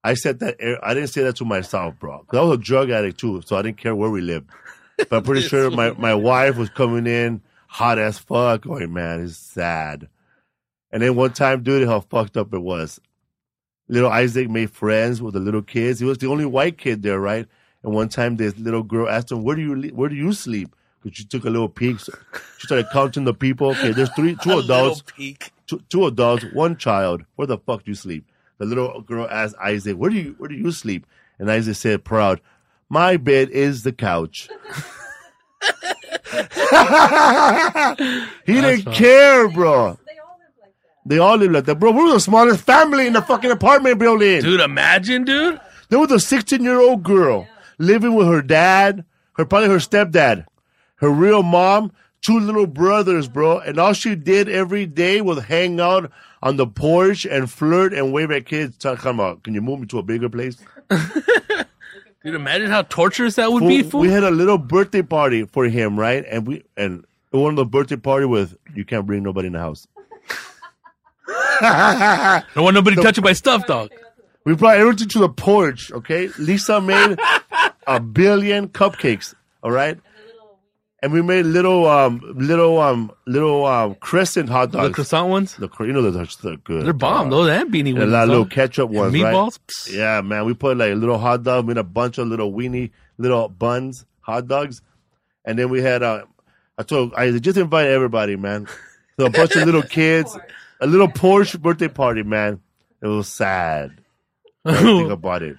S4: I said that. eh, I didn't say that to myself, bro. 'Cause I was a drug addict too, so I didn't care where we lived. But I'm pretty sure my my wife was coming in hot as fuck. Going, man, it's sad. And then one time, dude, how fucked up it was. Little Isaac made friends with the little kids. He was the only white kid there, right? And one time, this little girl asked him, "Where do you li- where do you sleep?" Because she took a little peek. So she started counting the people. Okay, there's three, two
S5: A little
S4: adults,
S5: peek.
S4: two, two adults, one child. Where the fuck do you sleep? The little girl asked Isaac, "Where do you where do you sleep?" And Isaac said, proud, "My bed is the couch." he didn't care, bro. They all live like that, bro. We were the smallest family in the fucking apartment building.
S5: Dude, imagine, dude.
S4: There was a 16 year old girl living with her dad, her probably her stepdad, her real mom, two little brothers, bro. And all she did every day was hang out on the porch and flirt and wave at kids. Tell- Come on, can you move me to a bigger place?
S5: Dude, imagine how torturous that would be,
S4: Fool,
S5: fool.
S4: we had a little birthday party for him, right? And we and one of the birthday party with you can't bring nobody in the house.
S5: Don't want nobody touching my stuff, dog.
S4: We brought everything to the porch, okay? Lisa made a billion cupcakes, all right? And we made little, um, little, um, little, um, crescent hot
S5: The
S4: dogs.
S5: croissant ones,
S4: The cre- you know, those are so good.
S5: they're bomb. Those and beanie
S4: And a
S5: ones.
S4: lot of
S5: dog.
S4: little ketchup ones,
S5: and
S4: right?
S5: meatballs. Psst.
S4: Yeah, man. We put like a little hot dog, made a bunch of little weenie, little buns, hot dogs. And then we had, uh, I told, I just invited everybody, man. So a bunch of little kids, a little Porsche birthday party, man. It was sad. Think
S5: but
S4: about it.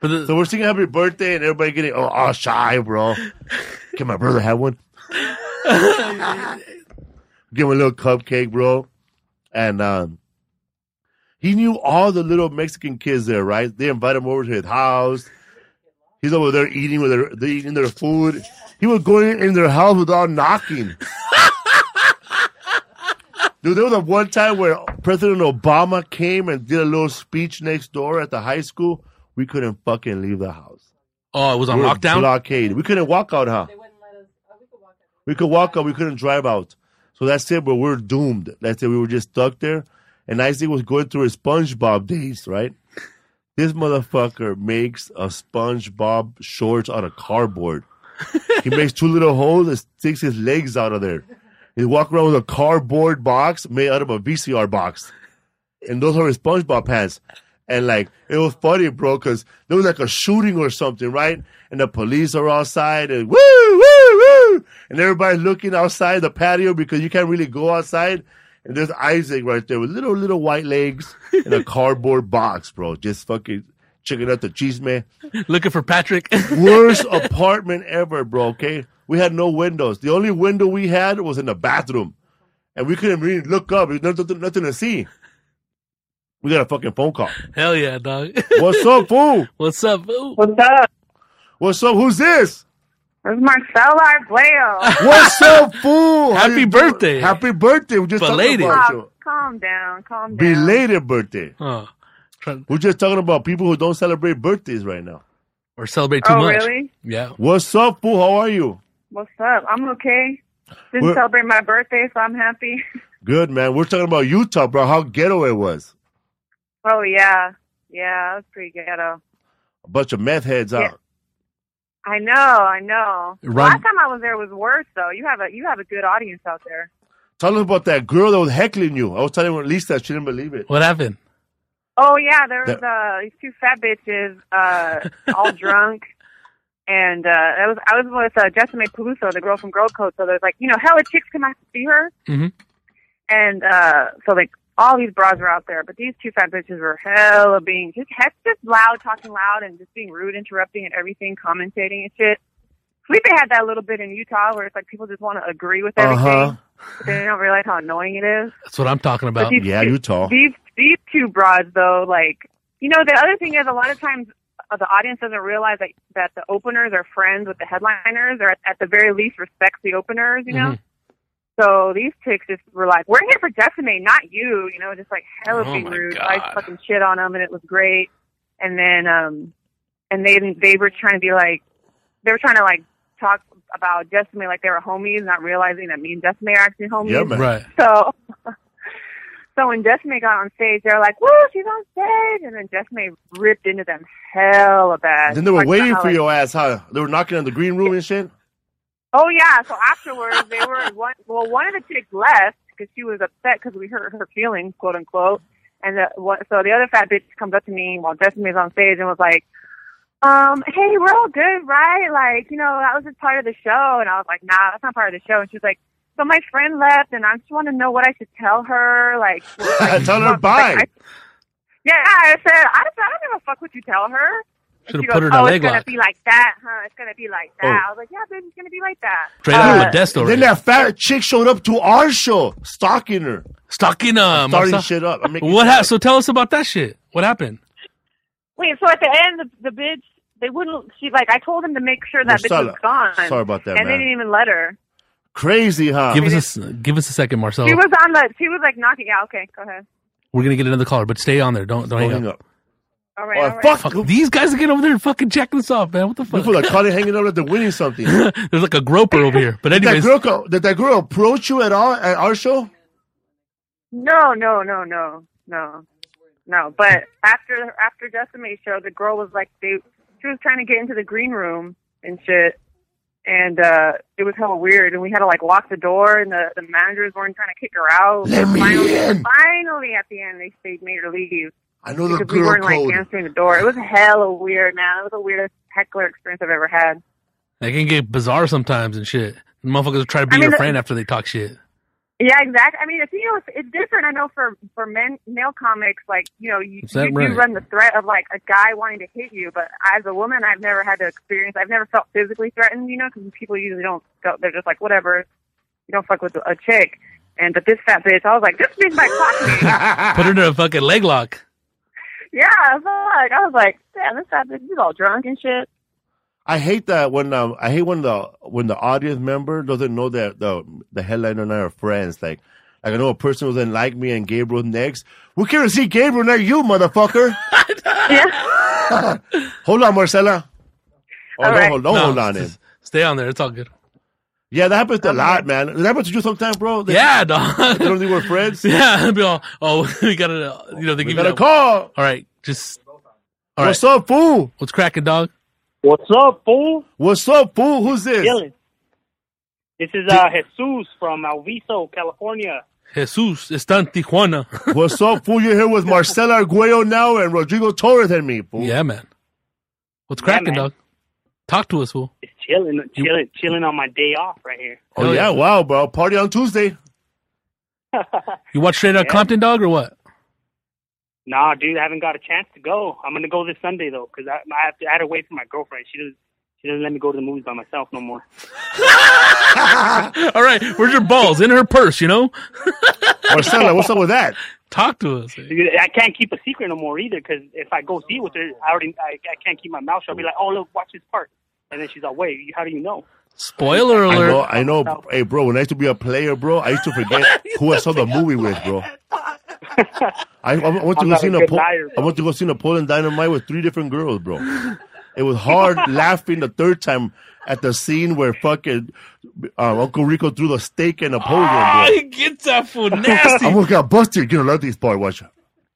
S5: the,
S4: So we're singing happy birthday and everybody getting oh, oh shy, bro. Can my brother have one? Give him a little cupcake, bro. And um he knew all the little Mexican kids there, right? They invited him over to his house. He's over there eating with their they eating their food. He was going in their house without knocking. Dude, there was a one time where President Obama came and did a little speech next door at the high school. We couldn't fucking leave the house.
S5: oh, it was on
S4: We were
S5: lockdown.
S4: Blockade. We couldn't walk out, huh? oh, We could walk out. We couldn't drive out. So that's it, but we're doomed. That's it. We were just stuck there. And Isaac was going through his SpongeBob days, right? This motherfucker makes a SpongeBob shorts out of cardboard. he makes two little holes and sticks his legs out of there. He walk around with a cardboard box made out of a VCR box. And those are his SpongeBob pants. And like, it was funny, bro, because there was like a shooting or something, right? And the police are outside and woo, woo, woo. And everybody's looking outside the patio because you can't really go outside. And there's Isaac right there with little, little white legs in a cardboard box, bro. Just fucking checking out the cheese man.
S5: Looking for Patrick.
S4: Worst apartment ever, bro. Okay, we had no windows. The only window we had was in the bathroom, and we couldn't really look up. There's nothing, nothing to see. We got a fucking phone call.
S5: Hell yeah, dog.
S4: What's up, fool?
S5: What's up? Ooh.
S10: What's up?
S4: What's up? Who's this?
S10: It's Marcelo Arbleo.
S4: What's up, fool? How
S5: Happy
S4: you doing?
S5: birthday.
S4: Happy birthday. We just
S5: Belated.
S4: talking about
S10: Calm,
S4: you.
S10: calm down, calm down.
S4: Belated birthday.
S5: Huh. Try-
S4: We're just talking about people who don't celebrate birthdays right now.
S5: Or celebrate too
S10: oh,
S5: much.
S10: really?
S5: Yeah.
S4: What's up, fool? How are you?
S10: What's up? I'm okay. Didn't
S4: We're-
S10: celebrate my birthday, so I'm happy.
S4: Good, man. We're talking about Utah, bro. How ghetto it was.
S10: Oh yeah, yeah, that was pretty ghetto.
S4: A bunch of meth heads out.
S10: Yeah. I know, I know.
S5: Run-
S10: Last time I was there was worse though. You have a you have a good audience out there.
S4: Tell us about that girl that was heckling you. I was telling Lisa, she didn't believe it.
S5: What happened?
S10: Oh yeah, there was uh, these two fat bitches, uh, all drunk, and uh, I was I was with uh, Jessamine Peluso, the girl from Girl Code. So there's like you know hella chicks come out to see her,
S5: Mhm.
S10: and uh, so like all these bras were out there, but these two fat bitches were hella being just heck just loud, talking loud, and just being rude, interrupting and everything, commentating and shit. Felipe had that little bit in Utah where it's like people just want to agree with everything,
S4: Uh-huh.
S10: but they don't realize how annoying it is.
S5: That's what I'm talking about.
S10: But you-
S4: Yeah,
S5: Oh.
S4: Utah.
S10: These these two broads though, like you know, the other thing is a lot of times uh, the audience doesn't realize that that the openers are friends with the headliners, or at, at the very least respects the openers. You know. So these chicks just were like, "We're here for decimate, not you." You know, just like hella
S5: Oh,
S10: being
S5: my
S10: rude. So
S5: God.
S10: I fucking shit on them, and it was great. And then, um, and they they were trying to be like, they were trying to like talk about decimate like they were homies, not realizing that me and decimate are actually homies.
S4: Yeah, man.
S5: Right.
S10: So, so when Decimate got on stage, they were like, "Woo, she's on stage!" And then Decimate ripped into them hella bad.
S4: Then they were
S10: Like,
S4: waiting
S10: how,
S4: for
S10: like-
S4: your ass, huh? They were knocking on the green room and shit.
S10: Oh yeah. So afterwards, they were one. Well, one of the chicks left because she was upset because we hurt her feelings, quote unquote. And the, one- so the other fat bitch comes up to me while Decimate's on stage and was like, "Um, hey, we're all good, right? Like, you know, that was just part of the show." And I was like, "Nah, that's not part of the show." And she was like. So my friend left, and I just want to know what I should tell her. Like, like,
S4: Tell her
S10: like,
S4: bye.
S10: I- yeah, I said I just I don't give a fuck what you tell her. And
S5: Should've
S10: she
S5: put
S10: goes,
S5: her in a
S10: oh,
S5: leg
S10: it's gonna
S5: lock."
S10: be like that, huh? It's gonna be like that.
S4: Oh.
S10: I was like, yeah, baby, it's gonna be like that.
S5: Straight out
S10: Uh,
S5: of Modesto.
S4: Then
S5: Right?
S4: that fat chick showed up to our show, stalking her,
S5: Stalking uh,
S4: starting
S5: Marcel.
S4: shit up. I'm making
S5: What
S4: shit
S5: ha-
S4: up.
S5: So tell us about that shit. What happened?
S10: Wait, so at the end, the, the bitch, they wouldn't. She like, I told them to make sure that bitch
S4: Marcella,
S10: was gone.
S4: sorry about that,
S10: and they
S4: man.
S10: didn't even let her.
S4: Crazy, huh?
S5: Give us a s- give us a second, Marcel.
S10: She
S4: Oh.
S10: was on the. She was like knocking. Yeah, okay, go ahead.
S5: We're gonna get another caller, but stay on there. Don't don't
S4: Don't
S5: hang,
S4: Oh, hang
S5: up.
S4: up.
S10: All
S4: Oh,
S10: right, all right.
S4: fuck.
S5: Fuck, these guys are getting over there and fucking checking us off, man. What the
S4: We
S5: fuck?
S4: feel like Connie hanging out that they're winning something.
S5: There's like a groper over here. But
S4: Did that
S5: anyways,
S4: girl co- did that girl approach you at all at our show?
S10: No, no, no, no, no, no. But after after Decimate show, the girl was like, they she was trying to get into the green room and shit, and uh it was hella weird. And we had to like lock the door, and the the managers weren't trying to kick her out.
S4: Let me
S10: finally,
S4: in.
S10: finally, at the end, they they made her leave.
S4: I know the
S10: because we
S4: girl
S10: weren't
S4: code.
S10: like answering the door. It was hella weird, man. It was the weirdest heckler experience I've ever had.
S5: they can get bizarre sometimes and shit. And motherfuckers try to be
S10: I mean,
S5: your
S10: the-
S5: friend after they talk shit.
S10: Yeah, exactly. I mean, it's, you know, it's, it's different. I know for for men, male comics, like you know, you,
S5: Is
S10: you
S5: that
S10: do
S5: right?
S10: run the threat of like a guy wanting to hit you. But as a woman, I've never had to experience. I've never felt physically threatened, you know, because people usually don't go. They're just like, whatever. You don't fuck with a chick. And but this fat bitch, I was like, this bitch might fuck me.
S4: Ah.
S5: Put her in a fucking leg lock.
S10: yeah, fuck. I was like, damn, this fat bitch, she's all drunk and shit.
S4: I hate that when um, I hate when the when the audience member doesn't know that the the headliner and I are friends. Like, like I know a person who doesn't like me and Gabriel next. We came to see Gabriel, not you, motherfucker. hold on, Marcella. Oh
S10: All
S4: no,
S10: right.
S4: hold, don't
S5: No,
S4: hold on him.
S5: just Stay on there. It's all good.
S4: Yeah, that happens a lot, man. That happens to you sometimes, bro. They,
S5: Yeah,
S4: they
S5: dog.
S4: don't think we're friends.
S5: yeah, it'd be all, oh, we got to, you know, they
S4: We
S5: give you
S4: got a
S5: that.
S4: call.
S5: All right, just, all right.
S4: What's up, fool?
S5: What's cracking, dog?
S11: What's up, fool?
S4: What's up, fool? Who's this?
S11: Dylan. This is uh, Jesus from Alviso, California.
S5: Jesus está en Tijuana.
S4: What's up, fool? You're here with Marcela Arguello now and Rodrigo Torres and me, fool.
S5: yeah, man. What's cracking,
S11: man.
S5: dog? Talk to us, fool.
S11: It's chilling, chilling, chilling on my day off right here.
S4: Oh, yeah, wow, bro. Party on Tuesday.
S5: You watch Straight Out Compton, dog, or what?
S11: Nah, dude, I haven't got a chance to go. I'm gonna go this Sunday though, 'cause I, I have to. I had to wait for my girlfriend. She doesn't. She doesn't let me go to the movies by myself no more.
S5: All right, where's your balls? In her purse, you know?
S4: Marcella, what's up with that?
S5: Talk to us.
S11: I can't keep a secret no more either, 'cause if I go see it with her, I already I, I can't keep my mouth shut. I'll be like, oh look, watch this part, and then she's like, wait, you- how do you know?
S5: Spoiler alert.
S4: I know, I know. Hey, bro, when I used to be a player, bro, I used to forget who I saw the movie with, bro. I, I went to
S11: I'm
S4: go
S11: not
S4: see
S11: a good
S4: Napo-
S11: liar,
S4: I went to go see Napoleon Dynamite with three different girls, bro. It was hard laughing the third time at the scene where fucking um, Uncle Rico threw the steak in Napoleon.
S5: Ah,
S4: Bro.
S5: he gets that fool
S4: I
S5: nasty.
S4: almost got busted. You know, love this part.
S11: Uh,
S4: Watch.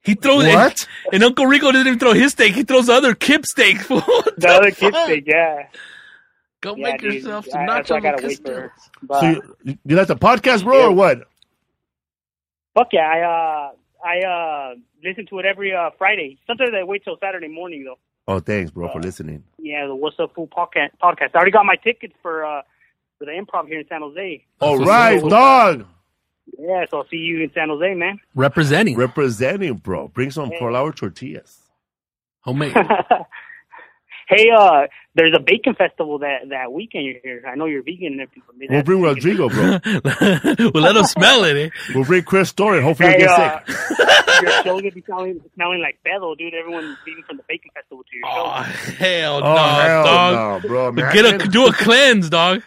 S5: He throws
S4: What?
S5: And, and Uncle Rico doesn't even throw his steak. He throws the other kip steak. fool. What
S11: The other kids
S5: fuck?
S11: say, yeah.
S5: Go
S11: Yeah,
S5: make
S11: dude,
S5: yourself
S11: I-
S12: uh,
S5: some
S11: that's why I
S5: nacho
S11: gotta wait for her. But,
S4: So you, you like the podcast, bro, or what?
S11: Fuck yeah, I uh I uh listen to it every uh Friday. Sometimes I wait till Saturday morning though.
S4: Oh, thanks, bro, for listening.
S11: Yeah, the What's Up Fool podcast. podcast. I already got my tickets for uh for the improv here in San Jose.
S4: All right, dog.
S11: Yeah, so I'll see you in San Jose, man.
S5: Representing.
S4: Representing, bro. Bring some Corlauer tortillas.
S5: Homemade.
S11: hey, uh there's a bacon festival that that weekend you're here. I know you're vegan and everything. but maybe
S4: We'll
S11: that's-
S4: bring Rodrigo, bro.
S5: we'll let him smell it. Eh?
S4: We'll bring Chris Story. and Hopefully,
S11: Hey,
S4: he'll get
S11: uh,
S4: sick.
S11: your show's gonna be smelling, smelling like Bevel, dude. Everyone's leaving from the bacon festival to your show.
S5: Hell no,
S4: Oh, hell
S5: dog.
S4: no, bro, man.
S5: Get a do a cleanse, dog.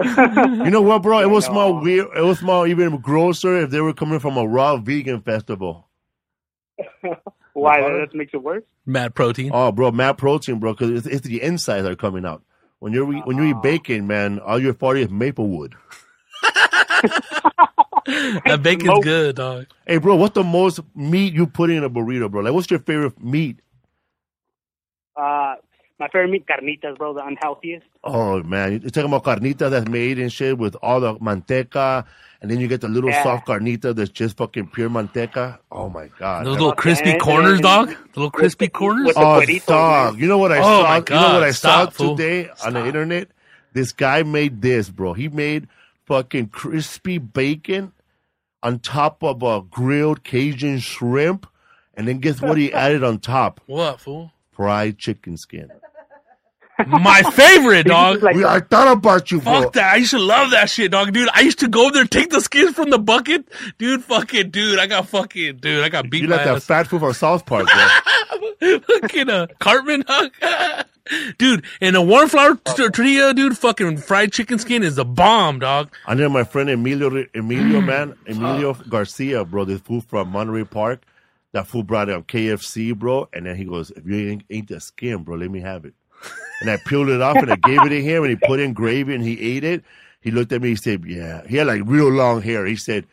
S4: You know what, bro? It was smell weird. It was smell even grosser if they were coming from a raw vegan festival.
S11: Why? That, that makes it worse.
S5: Mad protein.
S4: Oh, bro, mad protein, bro, because it's, it's the insides that are coming out. When you're when you eat bacon, man, all your party is maple wood.
S5: That bacon's good, dog.
S4: Hey, bro, what's the most meat you put in a burrito, bro? Like, what's your favorite meat?
S11: Uh, my favorite meat, carnitas, bro, the unhealthiest.
S4: Oh man, you're talking about carnitas that's made and shit with all the manteca, and then you get the little
S11: Yeah.
S4: soft carnita that's just fucking pure manteca. Oh my god,
S5: Those
S4: man.
S5: little crispy
S11: and-
S5: corners,
S11: and-
S5: dog. The little crispy corners.
S4: Oh, dog. You know what I
S5: Oh,
S4: saw?
S5: my
S4: you know
S5: God.
S4: what I
S5: Stop,
S4: saw
S5: fool.
S4: today on the internet? This guy made this, bro. He made fucking crispy bacon on top of a grilled Cajun shrimp. And then guess what he added on top?
S5: What fool?
S4: Fried chicken skin.
S5: My favorite, dog.
S4: We- I thought about you, bro.
S5: Fuck that. I used to love that shit, dog. Dude, I used to go there, take the skins from the bucket. Dude, fucking, dude, I got fucking, dude, I got beat
S4: You
S5: by
S4: like that
S5: ass.
S4: fat food from South Park, bro.
S5: fucking uh, Cartman, dog. dude, and a warm flour t- tortilla, dude, fucking fried chicken skin is a bomb, dog.
S4: I know my friend Emilio,
S5: Mm.
S4: Emilio man, Emilio Garcia, bro. This fool from Monterey Park. That fool brought it on KFC, bro. And then he goes, "If you ain't, ain't the skin, bro, let me have it." And I peeled it off and I gave it to him, and he put in gravy and he ate it. He looked at me, he said, "Yeah." He had like real long hair. He said,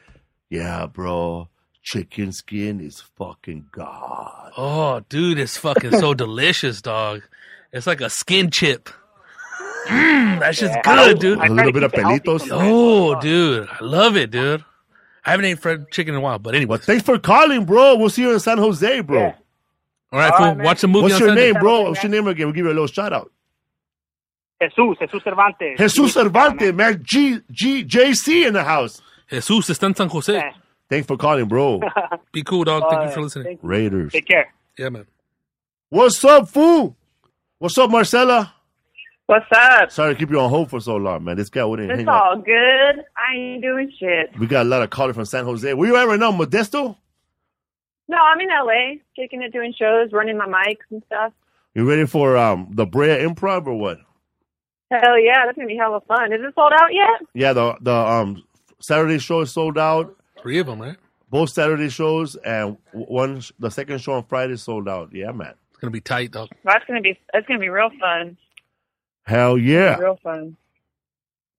S4: "Yeah, bro, chicken skin is fucking god."
S5: Oh, dude, it's fucking so delicious, dog. It's like a skin chip. Mm, that shit's good, dude.
S4: A little bit of pelitos.
S5: Oh, dude, I love it, dude. I haven't ate fried chicken in a while, but anyway.
S4: Well, thanks for calling, bro. We'll see you in San Jose, bro.
S5: All right, cool. Watch the movie.
S4: What's
S5: on
S4: your
S5: Sunday.
S4: name, bro? What's your name again? We'll give you a little shout out.
S11: Jesus, Jesus Cervantes.
S4: Jesus Cervantes, man. G, G, JC in the house.
S5: Jesus está en San Jose.
S4: Thanks for calling, bro.
S5: Be cool, dog. Thank you for listening.
S4: Raiders.
S11: Take care.
S5: Yeah, man.
S4: What's up, fool? What's up, Marcella?
S10: What's up?
S4: Sorry to keep you on hold for so long, man. This guy wouldn't
S10: It's
S4: hang up.
S10: all good. I ain't doing shit.
S4: We got a lot of callers from San Jose. Where you at right now, Modesto?
S10: No, I'm in LA, kicking it, doing shows, running my mics and stuff.
S4: You ready for um the Brea Improv or what?
S10: Hell yeah, that's gonna be hella fun. Is it sold out yet?
S4: Yeah, the the um Saturday show is sold out.
S5: Three of them, right?
S4: Both Saturday shows and one the second show on Friday is sold out. Yeah, man.
S5: It's gonna be tight, dog.
S10: That's gonna be that's gonna be real fun.
S4: Hell yeah.
S10: Real fun.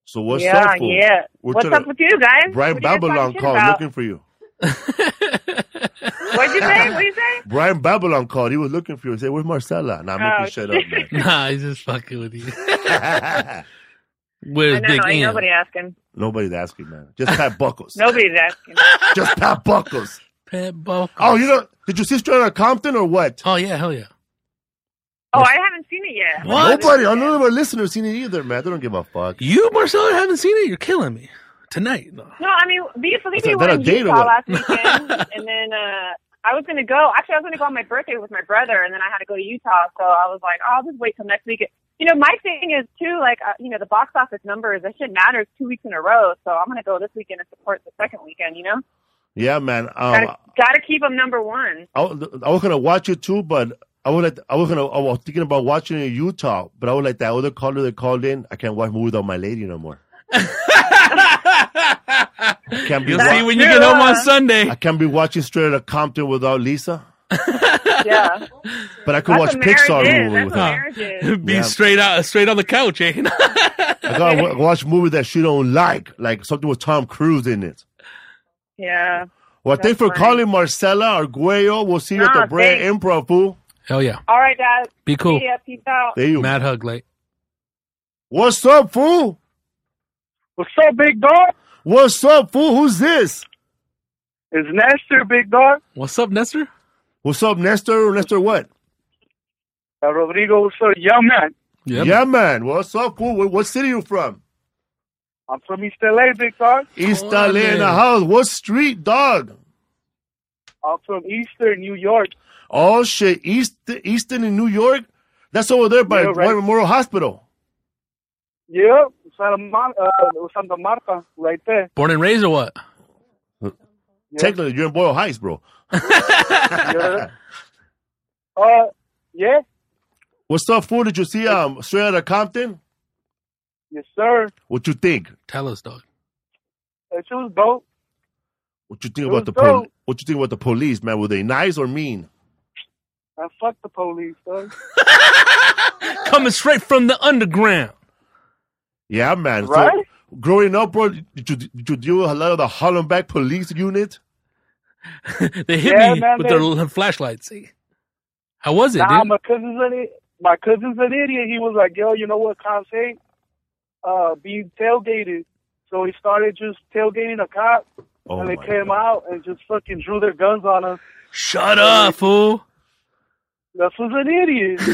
S4: So what's
S10: yeah,
S4: up? fool?
S10: yeah.
S4: We're
S10: What's
S4: tryna-
S10: up with you
S4: Brian
S10: guys? What are you guys
S4: Babylon
S10: talking
S4: called
S10: about?
S4: looking for you.
S10: What'd you say? What'd you say?
S4: Brian Babylon called. He was looking for you. He said, Where's Marcella? Now nah,
S10: Oh,
S4: make you shut up, man.
S5: nah, he's just fucking with you. Where's
S10: I know,
S5: Big
S10: ain't
S5: M?
S10: nobody asking.
S4: Nobody's asking, man. Just Pat Buckles.
S10: Nobody's asking.
S4: Just Pat Buckles.
S5: Pat Buck.
S4: Oh, you know, did you see Straight Outta Compton or what?
S5: Oh yeah, hell yeah.
S10: Oh, I haven't seen it yet.
S5: What?
S4: Nobody, none of our listeners seen it either, man. They don't give a fuck.
S5: You, Marcelo, haven't seen it. You're killing me tonight. No.
S10: No, I mean, me, Felipe
S4: Is that
S10: went
S4: a
S10: and
S4: date
S10: you
S4: or
S10: saw
S4: what?
S10: last weekend, and then uh, I was gonna go. Actually, I was gonna go on my birthday with my brother, and then I had to go to Utah. So I was like, oh, I'll just wait till next week. You know, my thing is too, like, uh, you know, the box office numbers. That shit matters two weeks in a row. So I'm gonna go this weekend and support the second weekend. You know,
S4: Yeah, man. Um,
S10: gotta gotta keep them number one.
S4: I, I was gonna watch it too, but I was like, I was gonna I was thinking about watching it in Utah, but I was like that other caller that called in. I can't watch movies without my lady no more. can't
S9: You'll see when you get home on
S4: Sunday. I can't be watching Straight Outta Compton without Lisa.
S10: yeah.
S4: But I could watch
S5: That's what marriage
S4: Pixar
S5: is.
S4: movies
S5: That's
S4: with
S5: what
S4: her.
S5: Be
S4: Yeah.
S5: straight out, straight on the couch, eh?
S4: I gotta wa- watch movies that she don't like, like something with Tom Cruise in it.
S10: Yeah.
S4: Well,
S10: That's
S4: thanks for
S10: funny.
S4: calling Marcela Arguello. We'll see you at
S10: Nah,
S12: Ah,
S4: the Brand
S10: thanks.
S4: Improv Pool.
S5: Hell yeah.
S10: All right, guys.
S5: Be cool.
S10: See ya. Peace out.
S4: There you
S5: Mad hug late.
S4: What's up, fool?
S12: What's up, big dog?
S4: What's up, fool? Who's this?
S12: It's Nestor, big dog.
S5: What's up, Nestor?
S4: What's up, Nestor? Nestor what?
S12: Uh, Rodrigo, what's up? Yeah, man.
S4: Yeah, man. What's up, fool? What, what city you from?
S12: I'm from East LA, big dog.
S4: East LA in the house. What street, dog?
S12: I'm from Eastern New York.
S4: Oh, shit. East, Easton in New York? That's over there by
S12: Yeah, right.
S4: War Memorial Hospital.
S12: Yeah, Santa, Mar- uh, Santa Marta, right there.
S5: Born and raised or what?
S4: Technically, you're in Boyle Heights, bro.
S12: yeah. Uh, yeah,
S4: What's up, fool? Did you see um, Straight Outta Compton?
S12: yes, sir.
S4: What you think?
S5: Tell us, dog.
S12: Uh, She was dope.
S4: What you think
S12: It
S4: about
S12: was
S4: the pol-
S12: dope.
S4: What you think about the police, man? Were they nice or mean?
S12: I fucked the police, dog.
S5: Coming straight from the underground.
S4: Yeah, man.
S5: Right?
S4: So, growing up, bro, did you, did you deal with a lot of the Harlem Back Police Unit?
S5: They hit
S12: Yeah,
S5: me
S12: man,
S5: with
S12: they-
S5: their flashlights. How was it,
S12: Nah,
S5: dude?
S12: my cousin's an i- my cousin's an idiot. He was like, "Yo, you know what cops hate? Uh, being tailgated." So he started just tailgating a cop,
S5: Oh
S12: and they
S5: my
S12: came out and just fucking drew their guns on us.
S5: Shut up, fool.
S12: That was an idiot.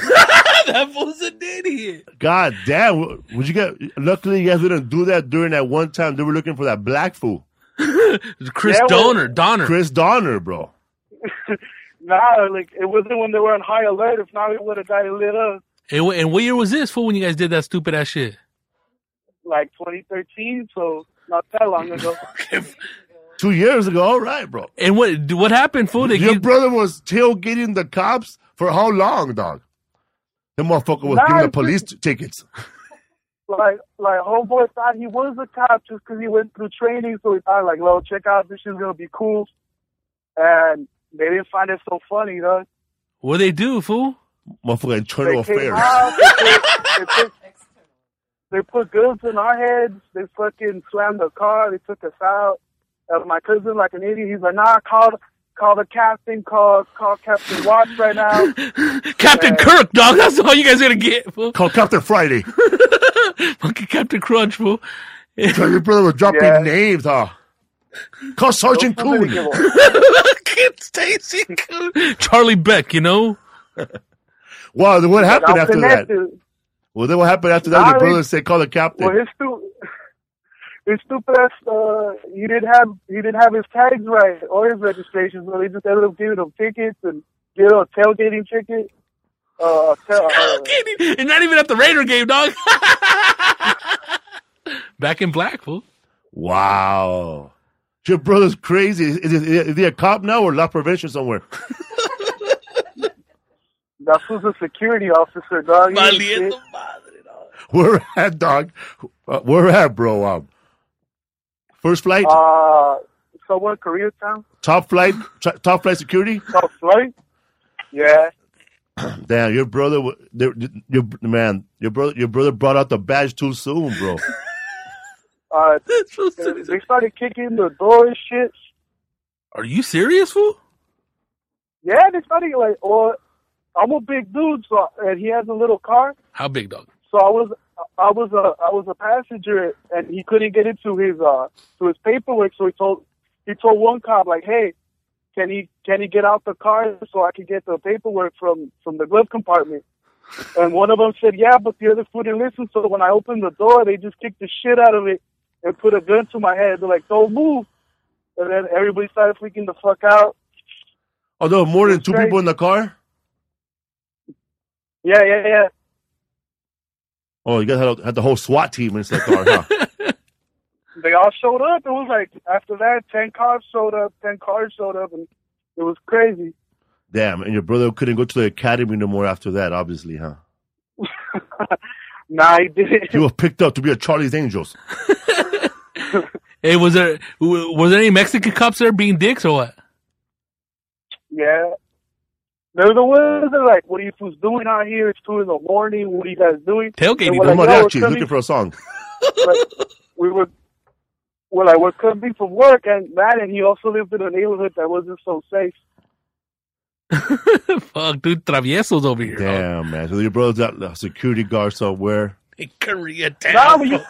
S5: that fool's an idiot.
S4: God damn! w- Would you get? Luckily, you guys didn't do that during that one time. They were looking for that black fool,
S5: Chris
S12: Yeah, well-
S5: Donner. Donner.
S4: Chris Donner, bro.
S12: Nah, like it wasn't when they were on high alert. If not, it would have got lit up
S5: And, wh- and what year was this, fool, when you guys did that stupid ass shit?
S12: like 2013. So not that long ago.
S4: Two years ago, all right, bro.
S5: And what what happened, fool?
S4: Your brother was tailgating the cops for how long, dog? The motherfucker was
S12: Nah,
S4: giving the
S12: it's
S4: police t- tickets.
S12: like like homeboy thought he was a cop just 'cause he went through training, so he thought like, "Well, check out this shit's gonna be cool," and they didn't find it so funny, though.
S5: What they do, fool?
S4: Motherfucker,
S12: They
S4: internal
S12: came
S4: affairs.
S12: out, they, they, put, they put guns in our heads. They fucking slammed the car. They took us out. And my cousin, like an idiot, he's like, "Nah, call call the captain. Call call Captain Watts right now."
S5: Captain Kirk, dog. That's all you guys gonna get, fool.
S4: Call Captain Friday.
S5: Fucking Captain Crunch, fool.
S4: So your brother was dropping
S5: Yeah.
S4: names, huh? Call Oh, Sergeant Coon.
S5: Kid Stacy Coon. Charlie Beck, you know?
S4: Wow, then what happened
S12: I'll
S4: after
S12: connect
S4: that?
S12: you.
S4: Well, then what happened after that? Your
S12: Nah,
S4: brother
S12: they-
S4: said, "Call the captain."
S12: Well, his stu- his stupid ass, uh, he didn't have he didn't have his tags right or his registration, so they just ended up giving him tickets and get a tailgating ticket. Uh, a tail- uh,
S5: and not even at the Raider game, dog. Back in black, fool.
S4: Wow. Your brother's crazy. Is, is, is he a cop now or law prevention somewhere?
S12: that was a security officer, dog. He didn't shit.
S4: Where at, dog? Uh, where at, bro? Um, first flight,
S12: Uh, somewhere Koreatown,
S4: top flight, t- top flight security.
S12: South Flight. Yeah,
S4: Damn, your brother, wa- there- your man, your brother, your brother brought out the badge too soon, bro.
S12: uh, they they started kicking the door and shit.
S5: Are you serious, fool?
S12: Yeah, they started like, well, I'm a big dude, so and he has a little car.
S5: How big, dog?
S12: So I was I was a I was a passenger and he couldn't get into his uh to his paperwork so he told he told one cop like hey can he can he get out the car so I can get the paperwork from from the glove compartment and one of them said yeah but the other fool didn't listen so when I opened the door they just kicked the shit out of it and put a gun to my head they're like don't move and then everybody started freaking the fuck out
S4: Oh, there were more than two people in the car?
S12: Yeah, yeah, yeah.
S4: Oh, you guys had, had the whole SWAT team inside the car, huh?
S12: They all showed up. It was like after that, ten cars showed up, ten cars showed up, and it was crazy.
S4: Damn, and your brother couldn't go to the academy no more after that, obviously, huh?
S12: nah, he didn't.
S4: You were picked up to be a Charlie's Angels.
S5: Hey, was there w- was there any Mexican cops there being dicks or what?
S12: Yeah. They're the ones that are like, what are you fools doing out here? It's two in the morning. What are you guys doing?
S5: Tailgating.
S12: And
S4: The
S12: we're like, "Yo, we're
S4: mariachis
S12: coming
S4: looking for a song.
S12: like, we were, we're like, we're coming from work, and that, and he also lived in a neighborhood that wasn't so safe.
S5: Fuck, dude, Travieso's over here.
S4: Damn, man. So your brother's at a security guard somewhere.
S5: Koreatown.
S12: Nah, we used,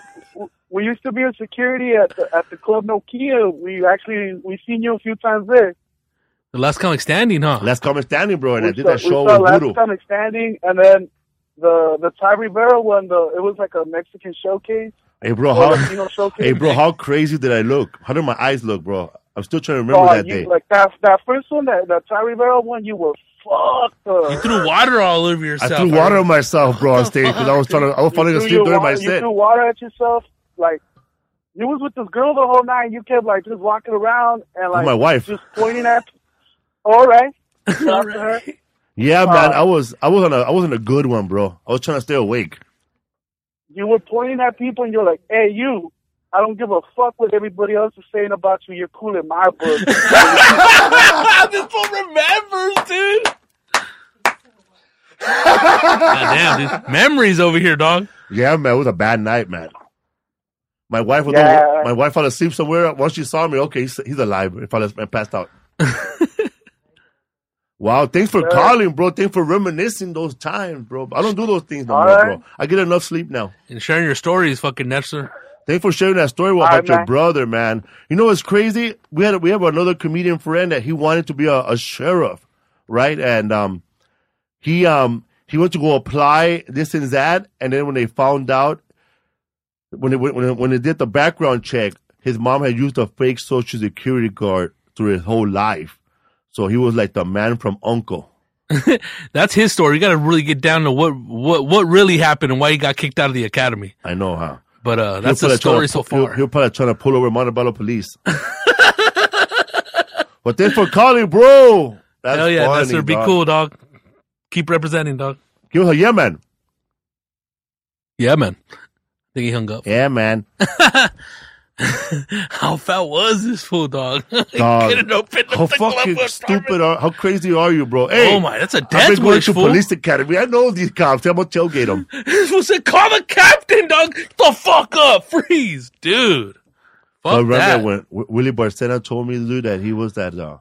S12: we used to be in security at the, at the club Nokia. We actually we seen you a few times there.
S5: The last comic standing, huh?
S4: Last comic standing, bro. And
S5: I
S12: So we saw last comic standing, and then the the Ty Rivera one. The it was like a Mexican showcase.
S4: Hey, bro,
S12: Or
S4: how,
S12: Latino showcase.
S4: hey, bro, how crazy did I look? How did my eyes look, bro? I'm still trying to remember
S12: Oh,
S4: that
S12: you-
S4: day.
S12: Like that, that first one, that, that Ty Rivera one, you were fucked. Up. You
S5: threw water all over
S4: I
S5: yourself.
S4: threw water on myself, bro, on stage because I was trying to, I was falling
S12: threw
S4: asleep
S12: your
S4: during
S12: water,
S4: my
S12: You
S4: set.
S12: threw water at yourself. Like you was with this girl the whole night. You kept like just walking around and like
S4: my wife.
S12: just pointing at. All right. All right.
S4: Yeah, man,
S12: Uh,
S4: I was, I was on a, I wasn't a good one, bro. I was trying to stay awake.
S12: You were pointing at people and you're like, "Hey, you." I don't give a fuck what everybody else is saying about you. You're cool in my book.
S5: this fool remembers, dude. Goddamn, dude. Memories over here, dog.
S4: Yeah, man, it was a bad night, man. My wife was,
S5: Yeah.
S4: my wife fell asleep somewhere. Once she saw me, okay, he's, he's alive. If I fell asleep and passed out. wow, thanks for
S12: Yeah.
S4: calling, bro. Thanks for reminiscing those times, bro. I don't do those things no
S12: All
S4: more,
S12: right.
S4: bro. I get enough sleep now.
S5: And sharing your stories, fucking Nestor.
S4: Thanks for sharing that story
S5: All
S4: about
S5: right,
S4: your
S5: man.
S4: brother, man. You know what's crazy? We had we have another comedian friend that he wanted to be a, a sheriff, right? And um, he um he went to go apply this and that, and then when they found out, when they when they- when they did the background check, his mom had used a fake social security card through his whole life, so he was like the man from Uncle.
S5: That's his story. You got to really get down to what what what really happened and why he got kicked out of the academy.
S4: I know, huh?
S5: But uh, that's
S4: He'll
S5: the
S4: probably try
S5: story
S4: to
S5: so
S4: pu- he'll-
S5: far.
S4: He'll, probably trying to pull over Montebello police. but thanks for calling, bro. That's
S5: Hell yeah,
S4: funny,
S5: Nestor. Be
S4: dog.
S5: cool, dog. Keep representing, dog.
S4: Give her, yeah, man.
S5: Yeah, man. I think he hung up.
S4: Yeah, man.
S5: How fat was this fool, dog? he
S4: Dog.
S5: couldn't open up
S4: How
S5: the glove
S4: fucking
S5: box.
S4: stupid are how crazy are you, bro? Hey,
S5: Oh my, that's a
S4: I've
S5: death
S4: been going
S5: wish,
S4: to
S5: fool.
S4: police academy. I know these cops. I'm gonna tailgate them.
S5: This was a call the captain, dog. Get The fuck up, freeze, dude.
S4: I
S5: Fuck
S4: remember
S5: that.
S4: when Wi- Willie Barcena told me to do that. He was at uh,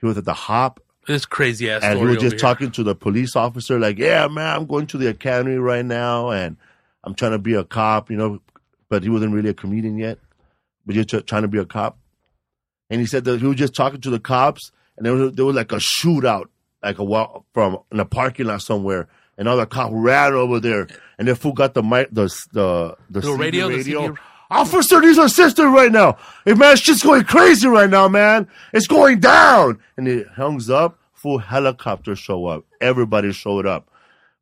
S4: he was at the hop
S5: This crazy ass
S4: and
S5: story.
S4: he was
S5: over
S4: just
S5: here.
S4: talking to the police officer, like, "Yeah, man, I'm going to the academy right now, and I'm trying to be a cop," you know. But he wasn't really a comedian yet, but you're trying to be a cop. And he said that he was just talking to the cops, and there was there was like a shootout, like a walk from in a parking lot somewhere, and all the cop ran over there, and the fool got the mic, the the the,
S5: The
S4: CD
S5: radio, the CD
S4: Officer, these are sisters right now. Hey, man, it's just going crazy right now, man. It's going down. And it hangs up. Full helicopter show up. Everybody showed up.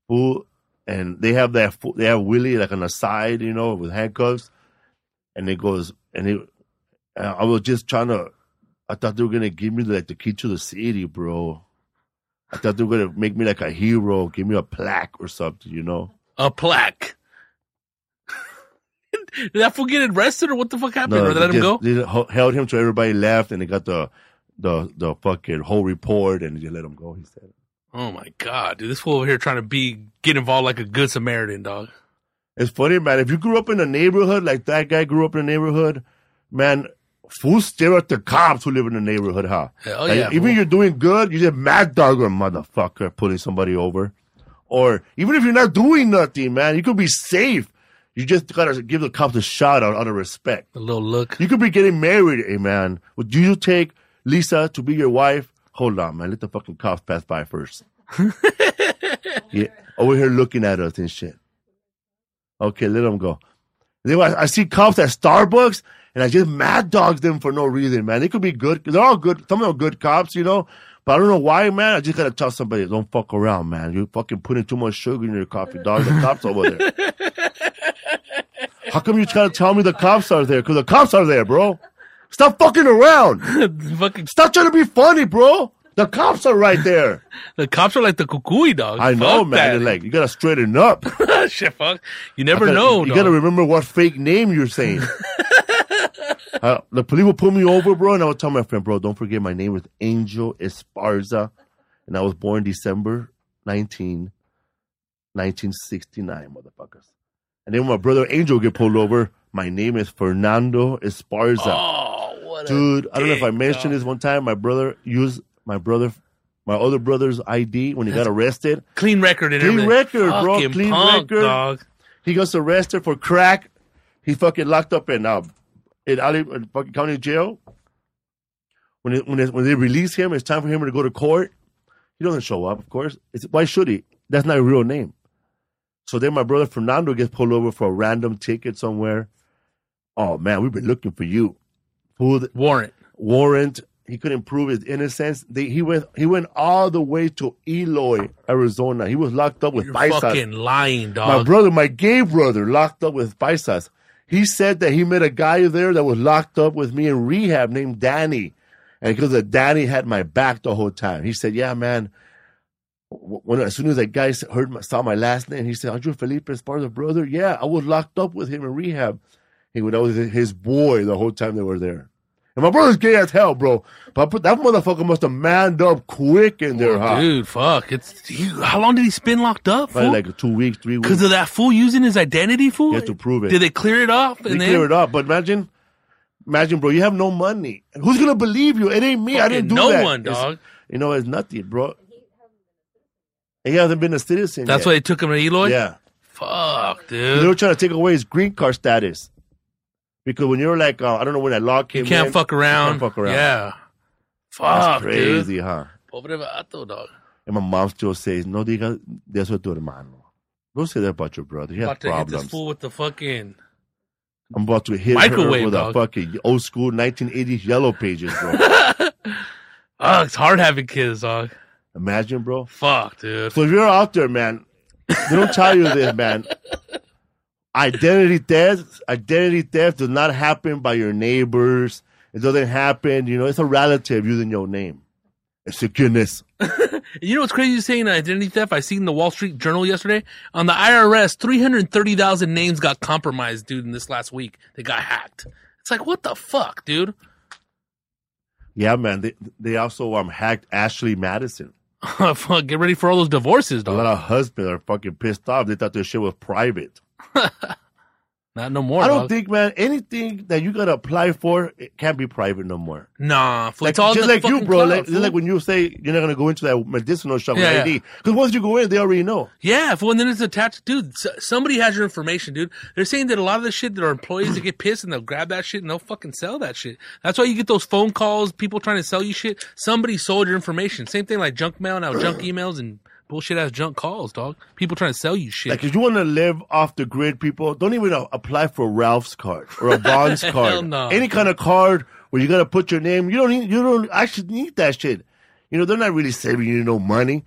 S4: Full, and they have that. Full, they have Willie like on the side, you know, with handcuffs. And it goes. And it. and I was just trying to. I thought they were gonna give me like the key to the city, bro. I thought they were gonna make me like a hero, give me a plaque or something, you know.
S5: a plaque. Did that fool get arrested or what the fuck happened? or they let him
S4: just-
S5: go?
S4: They just h- held him till everybody left, and they got the the the fucking whole report, and they just let him go. He said,
S5: Oh my god, dude. This fool over here trying to be get involved like a good Samaritan, dog.
S4: "It's funny, man. If you grew up in a neighborhood like that guy grew up in a neighborhood, man, fools stare at the cops who live in the neighborhood, huh?
S5: Hell
S4: Like,
S5: yeah,
S4: Even
S5: fool.
S4: you're doing good, you just mad dog or motherfucker pulling somebody over, or even if you're not doing nothing, man, you could be safe. You just gotta give the cops a shout out out of respect."
S5: A little look.
S4: You could be getting married, hey man. Would you take Lisa to be your wife? Hold on, man. Let the fucking cops pass by first. yeah, over here looking at us and shit. Okay, let them go. They, I, I see cops at Starbucks and I just mad dogs them for no reason, man. They could be good. They're all good. Some of them are good cops, you know, But I don't know why, man. I just gotta tell somebody, don't fuck around, man. You're fucking putting too much sugar in your coffee, dog. The cops over there. How come you gotta tell me the cops are there? Because the cops are there, bro. Stop fucking around. Stop trying to be funny, bro. The cops are right there.
S5: The cops are like the kukui dog.
S4: I know,
S5: Fuck
S4: man. They're like, you gotta straighten up.
S5: that. Shit, fuck. You never
S4: I gotta-
S5: know.
S4: You
S5: dog.
S4: gotta remember what fake name you're saying. Uh, the police would pull me over, bro, and I would tell my friend, bro, don't forget my name is Angel Esparza, and I was born December 19, 1969, motherfuckers. And then when my brother Angel get pulled over, my name is Fernando Esparza.
S5: Oh, what
S4: Dude, I don't know if I mentioned this one time. My brother used my brother, my other brother's ID when he got
S5: That's-
S4: arrested.
S5: Clean record and
S4: Clean
S5: everything.
S4: record, bro.
S5: Fucking
S4: Clean
S5: punk,
S4: record.
S5: dog.
S4: He gets arrested for crack. He fucking locked up in uh, in Ali in fucking county jail. When it, when it, when they release him, it's time for him to go to court. He doesn't show up, of course. It's, why should he? That's not a real name. So then my brother Fernando gets pulled over for a random ticket somewhere. Oh man, we've been looking for you. Who the,
S5: warrant?
S4: Warrant. He couldn't prove his innocence. They, he went. He went all the way to Eloy, Arizona. He was locked up with
S5: You're
S4: paisas.
S5: fucking lying, dog.
S4: My brother, my gay brother, locked up with paisas. He said that he met a guy there that was locked up with me in rehab named Danny, and because of Danny had my back the whole time. He said, "Yeah, man." w- When as soon as that guy s- heard my, saw my last name, he said, "Aren't you Felipe Esparza, brother?" Yeah, I was locked up with him in rehab. He would always his boy the whole time they were there. And my brother's gay as hell, bro. But I put- that motherfucker must have manned up quick in there, huh?
S5: Oh, Dude, fuck. It's he, how long did he spend locked up?
S4: Probably like two weeks, three weeks.
S5: Because of that fool using his identity, fool.
S4: You have to prove it.
S5: Did they clear it off?
S4: They clear it up, but imagine, imagine, bro, you have no money. Who's gonna believe you? It ain't me. I didn't do
S5: Fucking no
S4: that.
S5: one,
S4: It's-
S5: dog.
S4: you know, it's nothing, bro. He hasn't been a citizen.
S5: That's
S4: yet.
S5: why they took him to Eloy.
S4: Yeah.
S5: Fuck,
S4: They
S5: dude.
S4: were trying to take away his green card status because when you're like, uh, I don't know when that law came.
S5: You can't
S4: in,
S5: fuck around.
S4: You can't fuck around.
S5: Yeah.
S4: That's
S5: Fuck, dude.
S4: crazy, huh?
S5: Pobre vato, dog.
S4: And my mom still says, "No digas de eso a tu hermano." Don't say that about your brother. He has
S5: About to hit this
S4: problems.
S5: fool with the fucking.
S4: I'm about to hit
S5: Microwave,
S4: her with
S5: dog.
S4: a fucking old school 1980s yellow pages, bro.
S5: Oh, it's hard having kids, dog.
S4: Imagine, bro.
S5: Fuck, dude.
S4: So if you're out there, man, they don't tell you this, man. Identity theft, identity theft does not happen by your neighbors. It doesn't happen, you know. It's a relative using your name. It's a goodness.
S5: You know what's crazy saying identity theft? I seen the Wall Street Journal yesterday. On the IRS, 330,000 names got compromised, dude, in this last week. They got hacked. It's like, what the fuck, dude?
S4: Yeah, man. They they also um hacked Ashley Madison.
S5: fuck, get ready for all those divorces, dog.
S4: A lot of husbands are fucking pissed off. They thought their shit was private.
S5: Not no more.
S4: I don't
S5: dog.
S4: think, man, anything that you gotta apply for it can't be private no more.
S5: Nah, fool.
S4: Like,
S5: it's all
S4: just
S5: the
S4: like you,
S5: fucking
S4: bro.
S5: cloud,
S4: like, just
S5: fool.
S4: like when you say you're not gonna go into that medicinal shop
S5: Yeah, yeah.
S4: with ID, because once you go in, they already know.
S5: Yeah, fool, and then it's attached, dude. s- Somebody has your information, dude. They're saying that a lot of the shit that are employees that get pissed and they'll grab that shit and they'll fucking sell that shit. That's why you get those phone calls, people trying to sell you shit. Somebody sold your information. Same thing like junk mail now, junk emails and bullshit ass junk calls, dog. People trying to sell you shit.
S4: Like, if you want to live off the grid, people don't even uh, apply for Ralph's card or a Bonds
S5: Hell
S4: card,
S5: no.
S4: any kind of card where you got to put your name. You don't need, you don't actually need that shit. You know, they're not really saving you no money.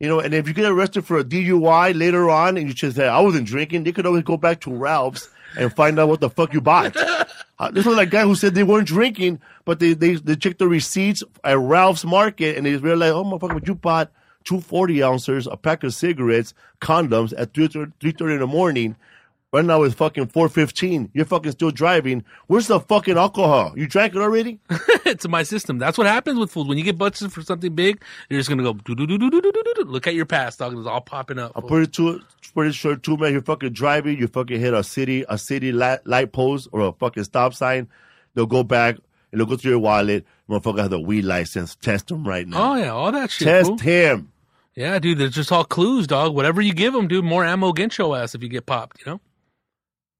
S4: You know, and if you get arrested for a DUI later on and you just say I wasn't drinking, they could always go back to Ralph's and find out what the fuck you bought. Uh, this was that guy who said they weren't drinking, but they they, they checked the receipts at Ralph's Market and they realized, oh motherfucker, but you bought two forty ounces, a pack of cigarettes, condoms at three three thirty in the morning. Right now it's fucking four fifteen. You're fucking still driving. Where's the fucking alcohol? You drank it already?
S5: it's my system. That's what happens with fools. When you get busted for something big, you're just gonna go do do do do do do do do. Look at your past, dog. It's all popping up. fool.
S4: Pretty too, pretty sure too, man. You're fucking driving. You fucking hit a city, a city light, light post or a fucking stop sign. They'll go back and they'll go through your wallet. Motherfucker has a weed license. Test him right now.
S5: Oh yeah, all that shit.
S4: Test
S5: fool.
S4: him.
S5: Yeah, dude, they're just all clues, dog. Whatever you give them, dude, more ammo against your ass if you get popped, you know?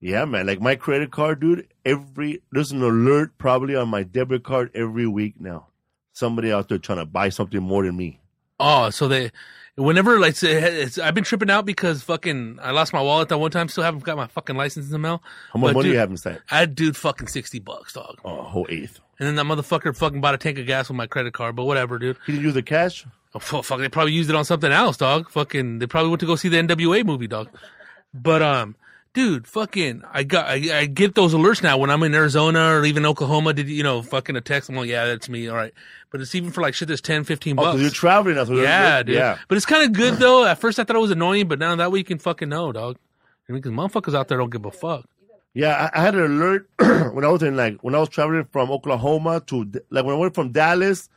S4: Yeah, man. Like my credit card, dude. Every there's an alert probably on my debit card every week now. Somebody out there trying to buy something more than me.
S5: Oh, so they Whenever like say, it's, I've been tripping out because fucking I lost my wallet that one time. Still haven't got my fucking license in the mail.
S4: How much
S5: But,
S4: money
S5: dude,
S4: you have inside?
S5: I dude fucking sixty bucks, dog.
S4: Oh, a whole eighth.
S5: And then that motherfucker fucking bought a tank of gas with my credit card, but whatever, dude.
S4: Did you use the cash?
S5: Oh, fu- fuck, they probably used it on something else, dog. Fucking, they probably went to go see the NWA movie, dog. But, um, dude, fucking, I got, I, I get those alerts now when I'm in Arizona or even Oklahoma. Did you you know, fucking a text? I'm like, yeah, that's me. All right. But it's even for like shit that's 10, 15
S4: Oh,
S5: bucks.
S4: 'cause you're traveling. That's what it
S5: yeah,
S4: is.
S5: dude.
S4: Yeah.
S5: But it's kind of good though. At first I thought it was annoying, but now that way you can fucking know, dog. I mean, 'cause motherfuckers out there don't give a fuck.
S4: Yeah, I, I had an alert when I was in like when I was traveling from Oklahoma to D- like when I went from Dallas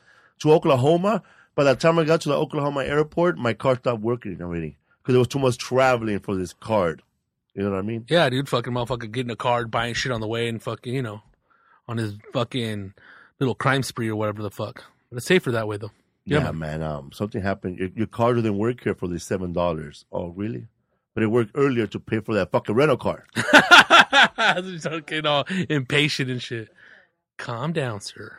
S4: to Oklahoma. By the time I got to the Oklahoma airport, my car stopped working already because there was too much traveling for this card. You know what I mean?
S5: Yeah, dude, fucking motherfucker getting a card, buying shit on the way, and fucking, you know, on his fucking little crime spree or whatever the fuck. But it's safer that way though.
S4: Yeah, man. Um, something happened. Your, your car didn't work here for the seven dollars. Oh, really? But it worked earlier to pay for that fucking rental car.
S5: He's fucking all impatient and shit. Calm down, sir.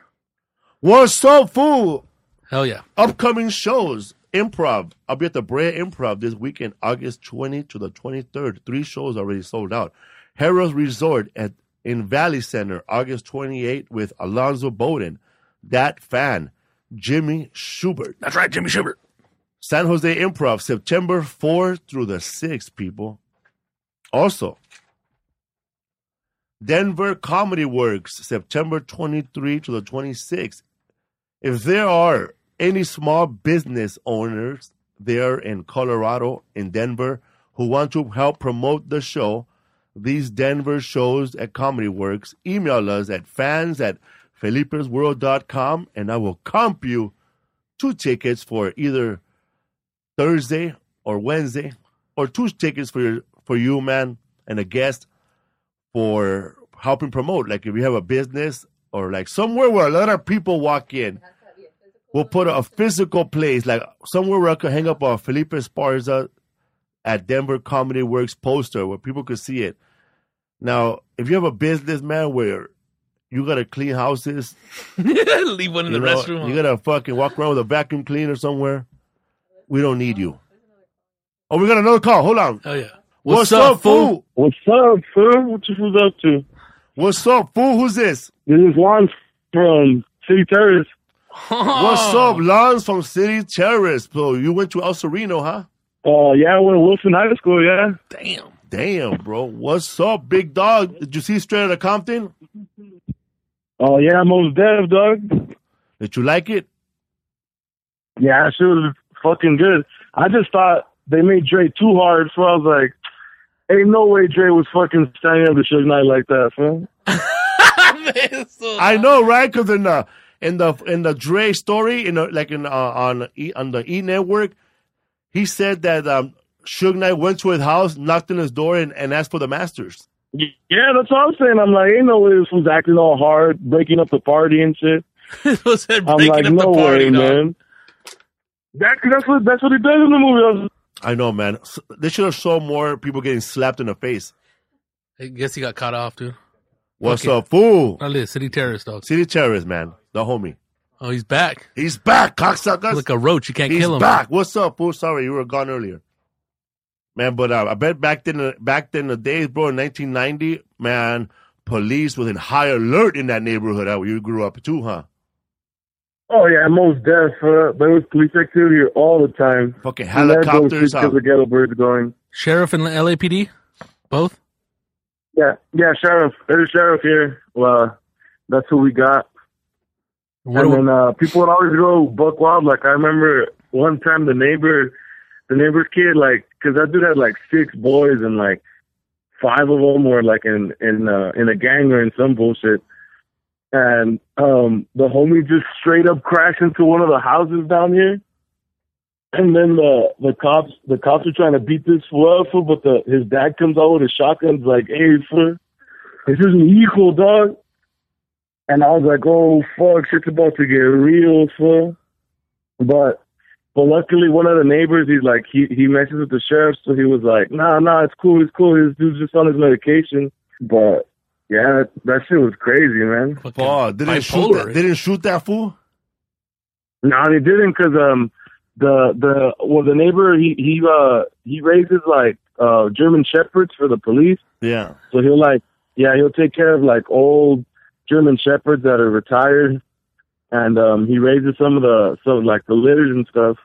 S4: What's up, fool?
S5: Hell yeah.
S4: Upcoming shows. Improv. I'll be at the Brea Improv this weekend, August 20 to the 23rd. Three shows already sold out. Harrah's Resort at in Valley Center, August 28 with Alonzo Bowden, that fan, Jimmy Schubert.
S5: That's right, Jimmy Schubert.
S4: San Jose Improv, September 4 through the 6th, people. Also, Denver Comedy Works, September 23 to the 26th. If there are any small business owners there in Colorado, in Denver, who want to help promote the show, these Denver shows at Comedy Works, email us at fans at felipesworld.com and I will comp you two tickets for either Thursday or Wednesday, or two tickets for your, for you, man, and a guest for helping promote. Like if you have a business or like somewhere where a lot of people walk in, we'll put a physical place, like somewhere where I could hang up a Felipe Esparza at Denver Comedy Works poster where people could see it. Now, if you have a business, man, where you gotta clean houses,
S5: Leave one in
S4: you
S5: the
S4: know,
S5: restroom.
S4: You gotta fucking walk around with a vacuum cleaner somewhere. We don't need you. Oh, we got another call. Hold on.
S5: Hell Oh, yeah.
S4: What's, up, fool?
S9: What's up, fool? What you fools up to?
S4: What's up, fool? Who's this?
S9: This is Lon from City Terrace.
S4: What's up, Lance from City Terrace, bro? You went to El Sereno, huh?
S9: Oh, yeah, I went to Wilson High School, yeah.
S5: Damn.
S4: Damn, bro. What's up, big dog? Did you see Straight Outta Compton?
S9: Oh, yeah, I'm almost dev, dog.
S4: Did you like it?
S9: Yeah, that shit was fucking good. I just thought they made Dre too hard, so I was like, ain't no way Dre was fucking standing up to Suge Knight like that, fool.
S4: I know, right? Because in the in the in the Dre story, in the, like in uh, on e, on the E Network, he said that um, Suge Knight went to his house, knocked on his door, and, and asked for the masters.
S9: Yeah, that's what I'm saying. I'm like, ain't no way this was acting all hard, breaking up the party and shit. I'm
S4: breaking up
S9: like,
S4: the
S9: no
S4: party,
S9: way,
S4: dog."
S9: man. That, that's what that's what he does in the movie. I was
S4: I know, man. S- They should have shown more people getting slapped in the face.
S5: I guess he got caught off, dude.
S4: What's
S5: Fuck it.
S4: up, fool?
S5: I live city terrorist, dog.
S4: City terrorist, man. The homie.
S5: Oh, he's back.
S4: He's back, cocksuckers.
S5: Like a roach, you can't
S4: He's
S5: kill him.
S4: back. What's up, fool? Sorry, you were gone earlier, man. But uh, I bet back then, back then the days, bro, in 1990, man, police was in high alert in that neighborhood. How you grew up too, huh?
S9: Oh yeah, most deaf. Uh, there was police activity all the time.
S4: Fucking
S5: helicopters, huh?
S4: uh,
S9: Because the ghetto birds going.
S5: Sheriff and LAPD, both.
S9: Yeah, yeah, sheriff. There's a sheriff here. Well, uh, that's who we got. and then uh, people would always go buck wild. Like I remember one time the neighbor, the neighbor's kid, like because that dude had like six boys and like five of them were like in in uh, in a gang or in some bullshit. And um the homie just straight up crashed into one of the houses down here. And then the the cops the cops are trying to beat this fool up, fool, but the his dad comes out with a shotgun, he's like, "Hey, fool, this isn't equal, dog." And I was like, "Oh fuck, shit's about to get real, fool." But but luckily, one of the neighbors, he's like, he he messes with the sheriff, so he was like, "Nah, nah, it's cool, it's cool. This dude's just on his medication." But yeah, that, that shit was crazy, man.
S4: Fuck, they didn't shoot
S9: bipolar.
S4: that. They didn't shoot that fool.
S9: No, they didn't because um, the the well the neighbor he he uh he raises like uh German shepherds for the police.
S5: eh?
S4: Yeah.
S9: So he'll like yeah, he'll take care of like old German shepherds that are retired and um he raises some of the some like the litters and stuff.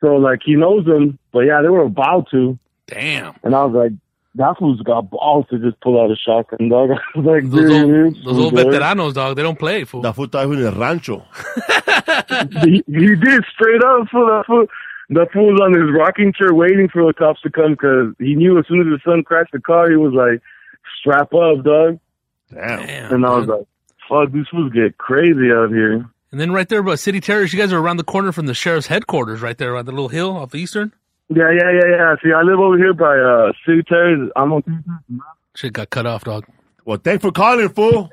S9: So like he knows them, but yeah, they were about to.
S5: Damn.
S9: And I was like, that fool's got balls to just pull out a shotgun, dog. I was like,
S5: Those old,
S9: dude,
S5: those old
S9: good.
S5: veteranos, dog. They don't play, fool.
S4: That fool thought he was in a rancho.
S9: he, he did straight up for that fool. That fool was on his rocking chair waiting for the cops to come because he knew as soon as the sun crashed the car, he was like, strap up, dog.
S4: Damn.
S9: and I was like, fuck, this was get crazy out here.
S5: And then right there, about City Terrace, you guys are around the corner from the sheriff's headquarters, right there on the little hill off Eastern.
S9: Yeah, yeah, yeah, yeah. See, I live over here by uh, City Terrace. I'm on.
S5: Shit got cut off, dog.
S4: Well, thanks for calling, fool.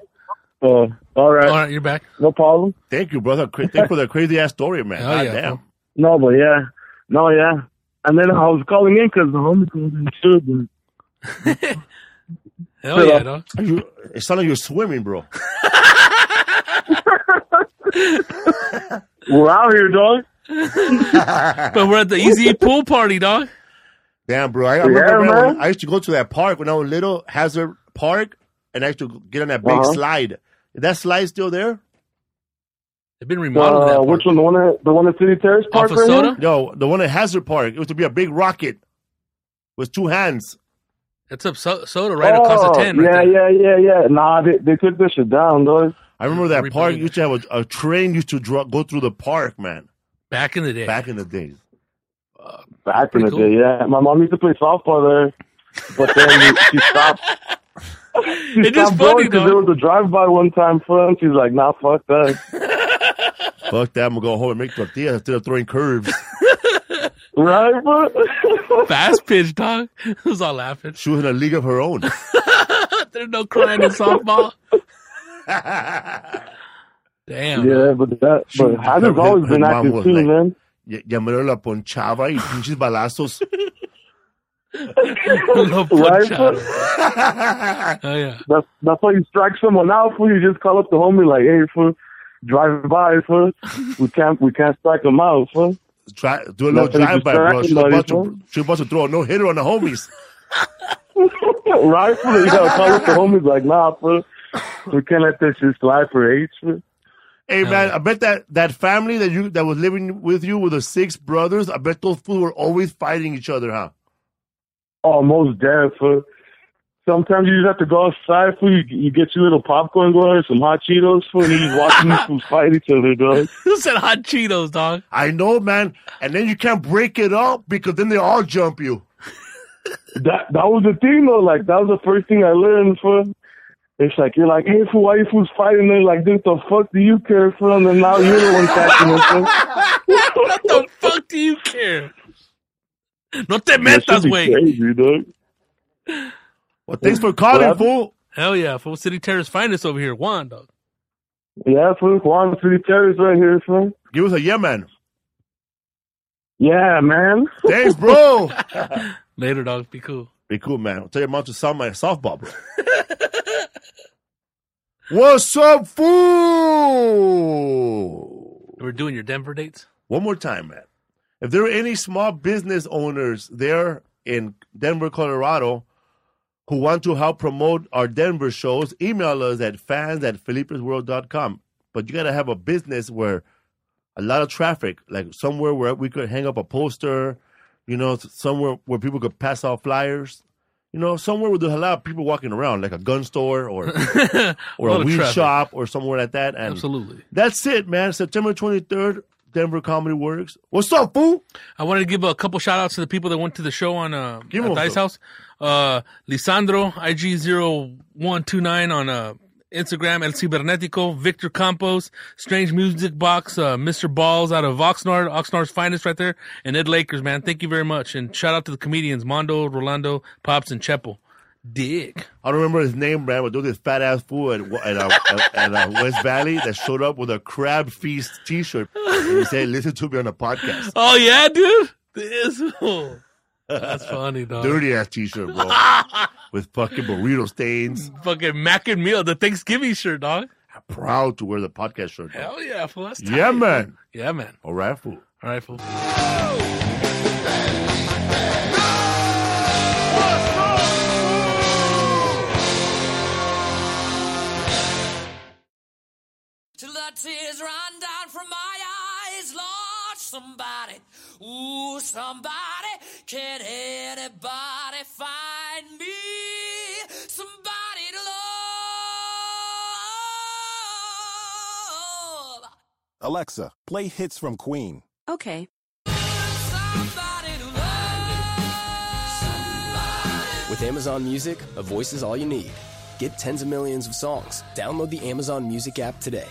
S9: Oh, all right.
S5: All right, you're back.
S9: No problem.
S4: Thank you, brother. Cra- Thank you for the crazy ass story, man. God damn.
S9: No, but yeah, no, yeah. And then I was calling in because the homie called in too. but-
S5: Hell yeah, dog.
S4: You, it sounds like you're swimming, bro.
S9: We're out here, dog.
S5: but we're at the Easy E Pool Party, dog.
S4: Damn, bro. I, I
S5: Yeah,
S4: remember when I-
S5: man.
S4: I used to go to that park when I was little, Hazard Park, and I used to get on that big
S9: Uh-huh.
S4: slide. Is that slide still there?
S5: They've been
S4: remodeled that
S9: Uh, which one? The one at the one at City Terrace Park right here?
S4: No, the one at Hazard Park. It was to be a big rocket with two hands.
S5: That's up so- soda right across the
S4: Oh,
S5: ten. Right
S9: Oh, yeah,
S5: there.
S9: yeah, yeah, yeah. Nah, they, they took this shit down, dog.
S4: I remember that park used to have a, a train used to dr- go through the park, man.
S5: Back in the day.
S4: Back in the days.
S9: Back in
S4: Pretty
S9: the
S4: cool.
S9: day, yeah. My mom used to play softball there, but then she stopped. She
S5: It is
S9: stopped
S5: funny,
S9: going 'cause There was a drive-by one time for them. She's like, nah, fuck that.
S4: Fuck that. I'm going to go home and make tortillas instead of throwing curves.
S9: right, bro?
S5: Fast pitch, dog. I was all laughing.
S4: She was in a league of her own.
S5: There's no crying in softball. Damn.
S9: Yeah, but that, but Hazard's always been active too, man.
S4: Llamaron la ponchaba y pinches balazos.
S9: Right?
S5: Oh yeah.
S9: That's that's why you strike someone out for you just call up the homie like, hey, for drive by for we can't we can't strike them out for.
S4: Try do a little drive by, bro. She's about, to, she's about to throw a no hitter on the homies.
S9: right for you gotta call up the homies like, nah, for we can't let this just slide for H for.
S4: Hey man, I bet that that family that you that was living with you with the six brothers, I bet those fools were always fighting each other, huh?
S9: Almost dead for. Sometimes you just have to go outside for you. You get your little popcorn going, some hot Cheetos for, and you just watching these fools fight each other, dog.
S5: Who said hot Cheetos, dog?
S4: I know, man. And then you can't break it up because then they all jump you.
S9: that that was the thing though. Like that was the first thing I learned for. It's like you're like, hey, fool, why you fools fighting? They're like, dude, the fuck do you care for? And then now you're the one catching them. fool.
S5: what the fuck do you care? No te metas,
S9: be
S5: way.
S4: Well, thanks for calling,
S9: What?
S4: fool.
S5: Hell yeah, fool. City Terrace finest over here. Juan, dog.
S9: Yeah, fool, Juan City Terrace right here, fool.
S4: Give us a yeah, man.
S9: Yeah, man.
S4: Thanks, bro.
S5: Later, dog. Be cool.
S4: Be cool, man. I'll tell your mom to sell my softball, bro. What's up, fool?
S5: We're doing your Denver dates.
S4: One more time, man. If there are any small business owners there in Denver, Colorado, who want to help promote our Denver shows, email us at fans at com. But you got to have a business where a lot of traffic, like somewhere where we could hang up a poster, you know, s- somewhere where people could pass out flyers, you know, somewhere where there's a lot of people walking around, like a gun store or or
S5: lot
S4: a
S5: of
S4: weed
S5: traffic.
S4: shop or somewhere like that. And
S5: Absolutely.
S4: that's it, man. September 23rd, Denver Comedy Works. What's up, fool?
S5: I wanted to give a couple shout outs to the people that went to the show on uh,
S4: Give
S5: at
S4: them
S5: Dice
S4: some.
S5: House. Uh, Lisandro, IG0129 on uh, Instagram, El Cibernetico, Victor Campos, Strange Music Box, uh, Mr. Balls out of Oxnard, Oxnard's finest right there, and Ed Lakers, man. Thank you very much. And shout out to the comedians, Mondo, Rolando, Pops, and Chepo. Dick.
S4: I don't remember his name, man, but there was this fat ass fool at, at, uh, at, at uh, West Valley that showed up with a crab feast t shirt. And he said, Listen to me on the podcast.
S5: Oh, yeah, dude. This. That's funny, dog.
S4: Dirty ass t shirt, bro. with fucking burrito stains.
S5: Fucking Mac and Meal, the Thanksgiving shirt, dog.
S4: Proud to wear the podcast shirt. bro.
S5: Hell yeah, fool. That's tight.
S4: Yeah, man.
S5: Yeah, man.
S4: All right, fool.
S5: All right, fool.
S13: Till the tears run down from my eyes, Lord, somebody, ooh, somebody, can anybody find me? Somebody to love,
S14: Alexa, play hits from Queen.
S13: Okay.
S15: With Amazon Music, a voice is all you need. Get tens of millions of songs. Download the Amazon Music app today.